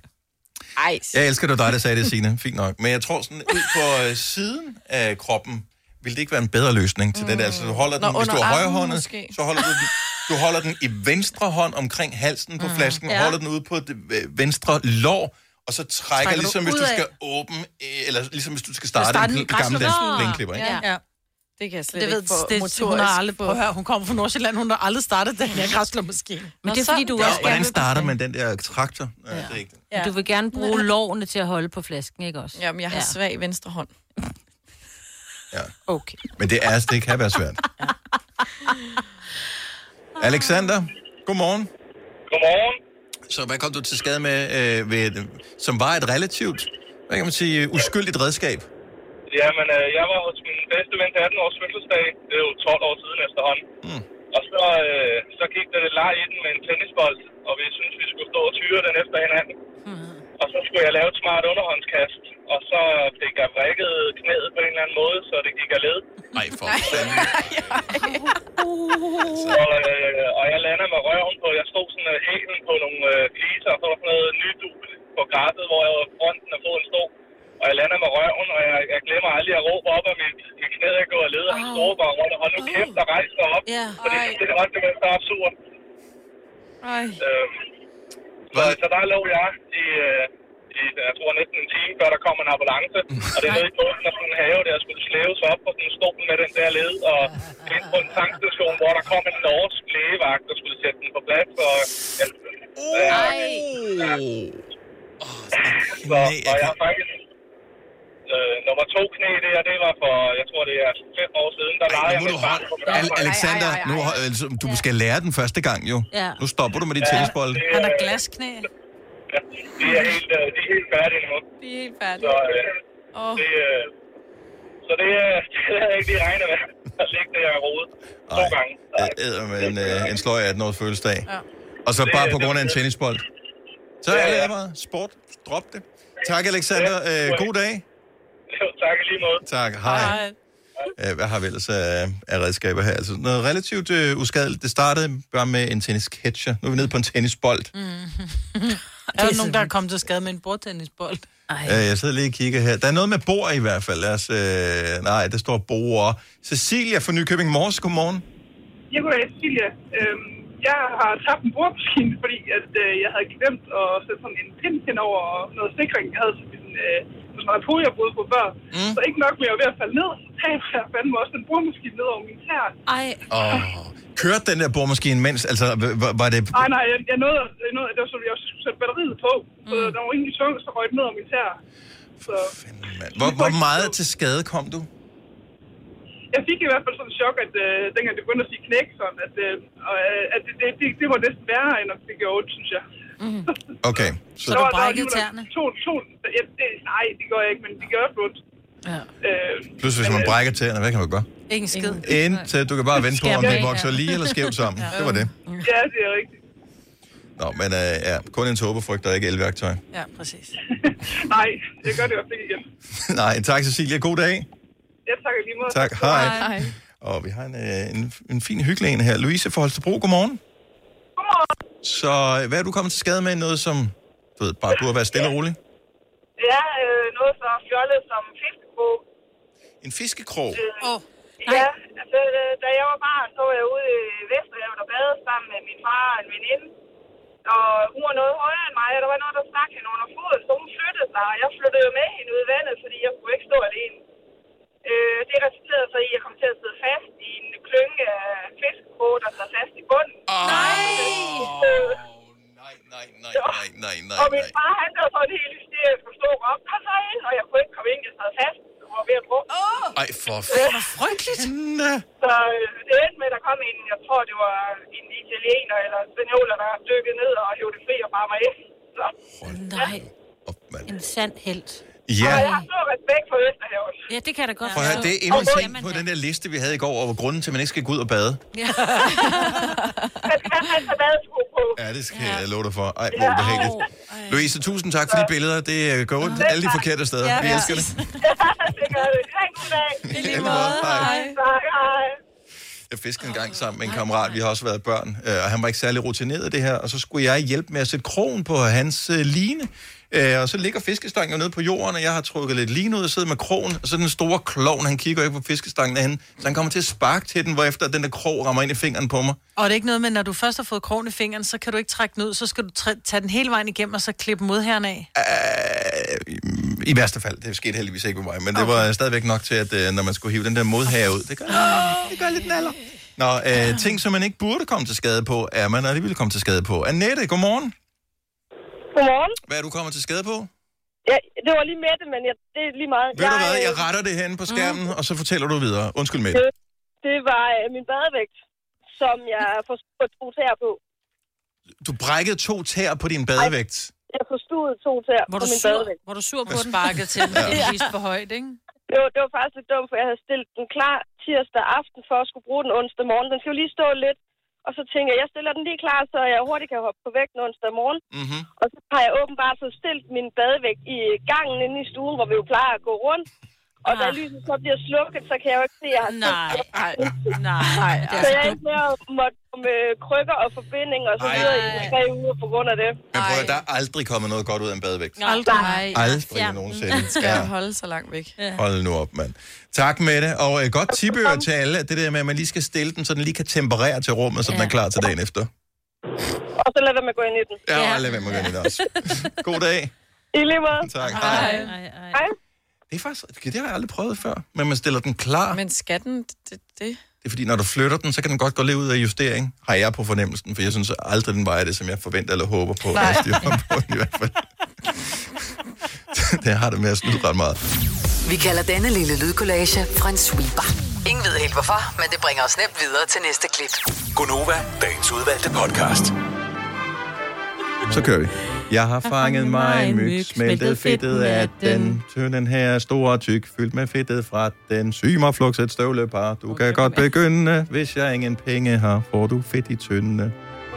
Speaker 4: Ej.
Speaker 1: Jeg elsker, det var dig, der sagde det, Signe. Fint nok. Men jeg tror sådan, ud på øh, siden af kroppen, ville det ikke være en bedre løsning til mm. det der. Altså, du holder
Speaker 4: Nå,
Speaker 1: den, hvis du
Speaker 4: under
Speaker 1: er
Speaker 4: armen
Speaker 1: højrehåndet,
Speaker 4: måske.
Speaker 1: så holder du den, du holder den i venstre hånd omkring halsen på
Speaker 4: Mm.
Speaker 1: flasken,
Speaker 4: Ja.
Speaker 1: holder den ude på det øh, venstre lår, og så trækker,
Speaker 2: Trækker
Speaker 1: trækker
Speaker 2: du
Speaker 1: ligesom hvis
Speaker 2: ud
Speaker 1: du
Speaker 2: af.
Speaker 1: skal åbne, øh, eller ligesom hvis du skal
Speaker 2: Så
Speaker 1: starte,
Speaker 2: starter
Speaker 1: en,
Speaker 2: den
Speaker 1: en gammel dansk
Speaker 2: græsslå.
Speaker 1: plæneklipper, ikke?
Speaker 2: Ja. ja.
Speaker 4: Det kan jeg slet
Speaker 2: Det ved,
Speaker 4: ikke få
Speaker 2: det, hun har
Speaker 4: motorisk
Speaker 2: aldrig,
Speaker 4: på. Mm.
Speaker 2: prøv at høre, hun kommer fra Nordsjælland, hun har aldrig startet den her græsslåmaskine.
Speaker 3: Men det er fordi, du
Speaker 1: Ja,
Speaker 3: også
Speaker 1: hvordan
Speaker 3: gerne
Speaker 1: starter man den der traktor? Ja. Det er ikke
Speaker 3: Ja. Du vil gerne bruge lårene til at holde på flasken, ikke også?
Speaker 4: Jamen, jeg har ja. svag venstre hånd.
Speaker 3: Okay.
Speaker 1: Men det er, altså, det kan være svært. Alexander, godmorgen.
Speaker 11: Godmorgen.
Speaker 1: Så hvad kom du til skade med, øh, ved, som var et relativt, hvad kan man sige, uskyldigt redskab?
Speaker 11: Jamen, øh, jeg var hos min bedste ven til 18 års fødselsdag. Det er jo 12 år siden efterhånden.
Speaker 1: Mm.
Speaker 11: Og så, øh, så gik der lidt leg i den med en tennisbold, og vi syntes, vi skulle stå og tyre den efter hinanden. Mm. Og så skulle jeg lave et smart underhåndskast, og så fik jeg brækket knæet på en eller anden måde, så det gik af led.
Speaker 1: Nej, for
Speaker 11: og, øh, og jeg lander med røven på, jeg stod sådan øh, hælen på nogle øh, fliser, og så var sådan noget nydub på græsset, hvor jeg var fronten af foden stod. Og jeg lander med røven, og jeg, jeg glemmer aldrig at råbe op af mit, mit knæ, jeg går og leder. Han står bare rundt, hold nu kæft og rejser dig op.
Speaker 3: Ja.
Speaker 11: Fordi det er ret, det var så absurd.
Speaker 4: Ej.
Speaker 11: Øhm, så, så der lå jeg i, øh, i, jeg tror næsten en time, før der kom en ambulance. Og det lød i bunden af sådan en have, der skulle slæves op på sådan en stol med den der led. Og ind på en tankstation, hvor der kom en norsk lægevagt, der skulle sætte den på plads. Og, ja, ja,
Speaker 1: Oh.
Speaker 11: Så, og jeg er faktisk... Øh, nummer to knæ der, det var for, jeg tror det er fem år siden, der legede jeg med et barn på mit
Speaker 1: Al- Alexander, nu, har- altså, du skal lære den første gang jo.
Speaker 11: Ja.
Speaker 1: Nu stopper du med dit
Speaker 11: Ja,
Speaker 1: tennisbold.
Speaker 11: det-
Speaker 2: Han har glasknæ.
Speaker 11: Det er helt, øh, de er helt færdige nu.
Speaker 4: De er helt færdige.
Speaker 11: Så, øh,
Speaker 4: Åh.
Speaker 11: det, øh, så det, øh, [laughs] det havde jeg ikke lige regnet med. Der ligge der og rode to gange.
Speaker 1: Æder en, øh, en sløj 18 års fødselsdag.
Speaker 11: Ja.
Speaker 1: Og så
Speaker 11: Det-
Speaker 1: bare på
Speaker 11: det-
Speaker 1: grund af en tennisbold. Så
Speaker 11: Ja,
Speaker 1: er det
Speaker 11: ja.
Speaker 1: her meget. Sport, drop det. Tak, Alexander.
Speaker 11: Ja,
Speaker 1: Øh, god dag.
Speaker 11: Jo, tak i lige måde.
Speaker 1: Tak. Hej. Øh, hvad har vi ellers af, af redskaber her? Altså noget relativt øh, uskadeligt. Det startede bare med en tennisketcher. Nu er vi nede på en tennisbold.
Speaker 4: [laughs]
Speaker 2: Er Mm. der nogen, der er kommet til skade med en bordtennisbold? Ej.
Speaker 1: Øh, jeg sidder lige og kigger her. Der er noget med bord i hvert fald. Lad os, øh, nej, der står borer. Cecilia fra Nykøbing Mors, godmorgen.
Speaker 6: Jeg kunne være Silja. Øhm, jeg har tabt en bordmaskine, fordi at, øh, jeg havde glemt at sætte sådan en pind hen over noget sikring, jeg havde til min, øh, som havde polierbrud på før. Mm. Så ikke nok med, at jeg var ved at falde ned, så taber jeg fandme også en bordmaskine ned over min tær.
Speaker 3: Ej.
Speaker 1: Og kørte den der boremaskine, mens... Altså, h- h- var det...
Speaker 6: Nej, nej, jeg, jeg nåede, jeg nåede, det var sådan, jeg skulle sætte batteriet på. Mm. Så der var ingen tung, så røg den ned over min tær. Så
Speaker 1: Hvor, hvor meget til skade kom du?
Speaker 6: jeg fik i hvert fald sådan en chok, at øh, dengang det begyndte at sige knæk, sådan, at, øh, og, øh, at det, det, det, det, var næsten værre, end at det gjorde ondt, synes jeg.
Speaker 21: Mhm.
Speaker 1: Okay.
Speaker 6: Så, så du brækkede tæerne? To, to, ja, det, nej, det gør jeg ikke, men det gør også ondt. Ja. Øh,
Speaker 1: Plus, hvis man brækker tæerne, hvad kan man gøre?
Speaker 2: Ingen skid.
Speaker 1: Indtil du kan bare vente på, om
Speaker 6: Skærm
Speaker 1: det
Speaker 6: af,
Speaker 1: vokser
Speaker 6: ja.
Speaker 1: lige eller skævt sammen.
Speaker 6: Ja.
Speaker 1: Det var det.
Speaker 6: ja, det er rigtigt.
Speaker 1: Nå, men øh, ja, kun en tåbefrygt og ikke elværktøj. [laughs]
Speaker 6: Ja, præcis. [laughs] nej, det gør det i hvert fald ikke igen.
Speaker 1: Nej, tak Cecilia. God dag.
Speaker 6: Jeg takker lige måde.
Speaker 1: Tak, hej. Hej. Og vi har en, øh, en, en fin hyggelig en her. Louise fra Holstebro, godmorgen. Godmorgen. Så øh, hvad er du kommet til skade med? Noget som, du ved, bare burde være stille og rolig?
Speaker 19: Ja, øh, noget så fjollet som fiskekrog.
Speaker 1: En fiskekrog?
Speaker 19: Øh, oh, ja, altså, øh, da jeg var barn, så var jeg ude i Vesterhavet og badede sammen med min far og en veninde. Og hun var noget højere end mig, og der var noget, der stak hende under foden, så hun flyttede sig, og jeg flyttede med hende ud i vandet, fordi jeg kunne ikke stå alene. Øh, det resulterede så i, at jeg kom til at sidde fast i en klynge af fiskekrog, der sad fast i bunden.
Speaker 1: Oh.
Speaker 19: Nej!
Speaker 1: Nej, nej,
Speaker 19: nej,
Speaker 1: nej,
Speaker 19: nej. Og min far, han blev sådan helt hysterisk og stod og råbte, kom så ind, og jeg kunne ikke komme ind, jeg sad fast og var ved at drukne. Oh!
Speaker 1: Ej, for
Speaker 19: frygteligt.
Speaker 1: Ja.
Speaker 19: Så øh, det endte med, at der kom en, jeg tror, det var en italiener eller spanioler, der dykkede ned og hævde det fri og bare mig ind. Så,
Speaker 3: Nej. En sand held.
Speaker 1: Ja.
Speaker 19: og jeg har stor respekt for Østerhavet.
Speaker 3: Ja, det kan jeg da godt
Speaker 1: Prøv at høre, det er endnu en ting på den der liste, vi havde i går, over grunden til, at man ikke skal gå ud og bade.
Speaker 3: Ja.
Speaker 19: Man skal have så badesko på.
Speaker 1: Ja, det skal ja. jeg love dig for. Ej, hvor ubehageligt. Louise, tusind tak for de billeder. Det øh, går rundt alle de forkerte steder.
Speaker 19: Ja,
Speaker 1: vi elsker det.
Speaker 20: [laughs]
Speaker 19: det gør det. Ha' en god dag.
Speaker 1: I lige måde. Hej.
Speaker 19: Tak, hej.
Speaker 1: Jeg fiskede en gang sammen med en kammerat, vi har også været børn, øh, og han var ikke særlig rutineret i det her, og så skulle jeg hjælpe med at sætte krogen på hans øh, line, øh, og så ligger fiskestangen jo nede på jorden, og jeg har trukket lidt line ud og sidder med krogen, og så den store klovn, han kigger ikke på fiskestangen af hende, så han kommer til at sparke til den, hvorefter den der krog rammer ind i fingeren på mig.
Speaker 2: Og det er ikke noget med, når du først har fået krogen i fingeren, så kan du ikke trække den ud, så skal du træ- tage den hele vejen igennem, og så klippe modherren af.
Speaker 1: Ah, I værste fald, det skete heldigvis ikke med mig, men det var stadigvæk nok til, at øh, når man skulle hive den der modhave ud, det gør Det gør lidt naller. Nå, øh, ting, som man ikke burde komme til skade på, er man alligevel komme til skade på. Annette, godmorgen.
Speaker 21: Godmorgen.
Speaker 1: Hvad er du kommet til skade på?
Speaker 21: Ja, det var lige Mette, men jeg, det er Mhm. lige meget.
Speaker 1: Ved du hvad, jeg retter det hen på skærmen, og så fortæller du videre. Undskyld med.
Speaker 21: Det, øh, det var øh, min badevægt, som jeg forstod at to tæer på.
Speaker 1: Du brækkede to tær på din badevægt.
Speaker 21: Jeg forstod to tæer
Speaker 2: Var
Speaker 21: på
Speaker 2: du
Speaker 21: min
Speaker 2: sur?
Speaker 21: badevægt.
Speaker 2: Var du sur på den? Sparket til den, ja. vist for højt, ikke?
Speaker 21: Det var, det var faktisk lidt dumt, for jeg havde stillet den klar tirsdag aften for at skulle bruge den onsdag morgen. Den skal jo lige stå lidt. Og så tænker jeg, jeg stiller den lige klar, så jeg hurtigt kan hoppe på vægten onsdag morgen.
Speaker 1: Mm-hmm.
Speaker 21: Og så har jeg åbenbart fået stillet min badevægt i gangen inde i stuen, hvor vi jo plejer at gå rundt. Og da
Speaker 2: Ah.
Speaker 21: lyset så bliver slukket, så kan jeg jo ikke se, at jeg har
Speaker 3: Nej,
Speaker 21: nej,
Speaker 3: nej.
Speaker 21: Så jeg endte med at måtte med krykker og forbinding og så videre i tre uger på grund af det.
Speaker 1: Men prøv at der er aldrig kommet noget godt ud af en badevægt.
Speaker 21: Aldrig.
Speaker 1: Aldrig nogensinde.
Speaker 4: Den skal
Speaker 1: Ja.
Speaker 4: holde så langt væk. Ja.
Speaker 1: Hold nu op, mand. Tak med det, og øh, godt tibør til alle, at det der med, at man lige skal stille den, så den lige kan temperere til rummet, så den
Speaker 21: Ja.
Speaker 1: er klar til dagen efter.
Speaker 21: Og så lad være med at gå ind i den.
Speaker 1: Ja, og lad være med at gøre det også. God dag.
Speaker 21: I lige måde.
Speaker 1: Tak, hej.
Speaker 21: Hej.
Speaker 1: Det, er faktisk, det har jeg aldrig prøvet før, men man stiller den klar.
Speaker 4: Men skatten, det, det,
Speaker 1: Det er fordi, når du flytter den, så kan den godt gå lidt ud af justering, har jeg på fornemmelsen, for jeg synes aldrig, den vejer det, som jeg forventer eller håber på.
Speaker 4: Nej.
Speaker 1: [laughs] Nej. på den, i hvert fald. Jeg har det med at snyde ret meget.
Speaker 5: Vi kalder denne lille lydkollage en sweeper. Ingen ved helt hvorfor, men det bringer os nemt videre til næste klip.
Speaker 22: Gunova, dagens udvalgte podcast.
Speaker 1: Så kører vi. Jeg har fanget mig en myg,
Speaker 22: myg,
Speaker 1: smeltet
Speaker 22: smeltet
Speaker 1: fedtet
Speaker 22: fedten
Speaker 1: af
Speaker 22: af
Speaker 1: den. Tynd den her store tyk, fyldt med fedtet fra den. Syg mig flugs et støvlepar. Du kan godt begynde, hvis jeg ingen penge har. Får du fedt i tynde,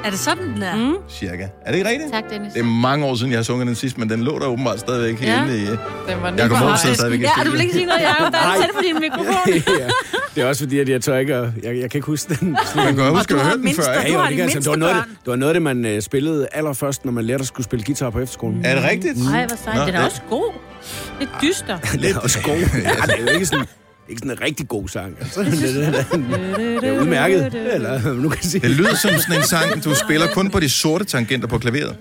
Speaker 2: Er det sådan, den er? Mm.
Speaker 1: cirka. Er det ikke rigtigt?
Speaker 2: Tak, Dennis.
Speaker 1: Det er mange år siden, jeg har sunget den sidst, men den lå der åbenbart stadigvæk
Speaker 2: Ja.
Speaker 1: ja. inde i...
Speaker 23: Den var
Speaker 1: Jakob Mogensen sidder stadigvæk i
Speaker 21: Ja, og du
Speaker 1: studiet.
Speaker 21: vil ikke sige noget, Jacob. Der er
Speaker 16: Nej.
Speaker 21: tæt på din mikrofon.
Speaker 16: ja. Det er også fordi, at jeg tør ikke at, jeg, jeg kan ikke huske den.
Speaker 1: Man kan jo huske Og du at har høre den
Speaker 21: mindst- før, ikke? og du har
Speaker 16: det,
Speaker 21: de
Speaker 16: kan jeg sige. det, var
Speaker 21: mindste
Speaker 16: noget, af
Speaker 21: børn.
Speaker 16: det, det var noget af det, man øh, spillede allerførst, når man lærte at skulle spille guitar på efterskolen.
Speaker 1: Er det rigtigt?
Speaker 21: Nej, Mm. hvor sejt. Den er også god. Det er
Speaker 1: [laughs]
Speaker 21: dyster.
Speaker 16: [laughs] Lidt også god. ja, det er jo ikke sådan, ikke sådan en rigtig god sang. Altså. Det, det, det, det er udmærket. Eller, hvad man nu kan sige.
Speaker 1: Det lyder som sådan en sang, du spiller kun på de sorte tangenter på klaveret.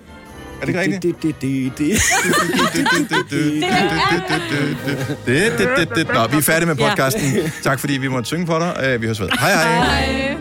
Speaker 1: Er det ikke rigtigt?
Speaker 16: Det, det, det, [laughs] det.
Speaker 1: Det, det, det, det. Nå, vi er færdige med podcasten. Tak fordi vi måtte synge for dig. Øh, Vi høres ved. Hej hej.
Speaker 16: Hej.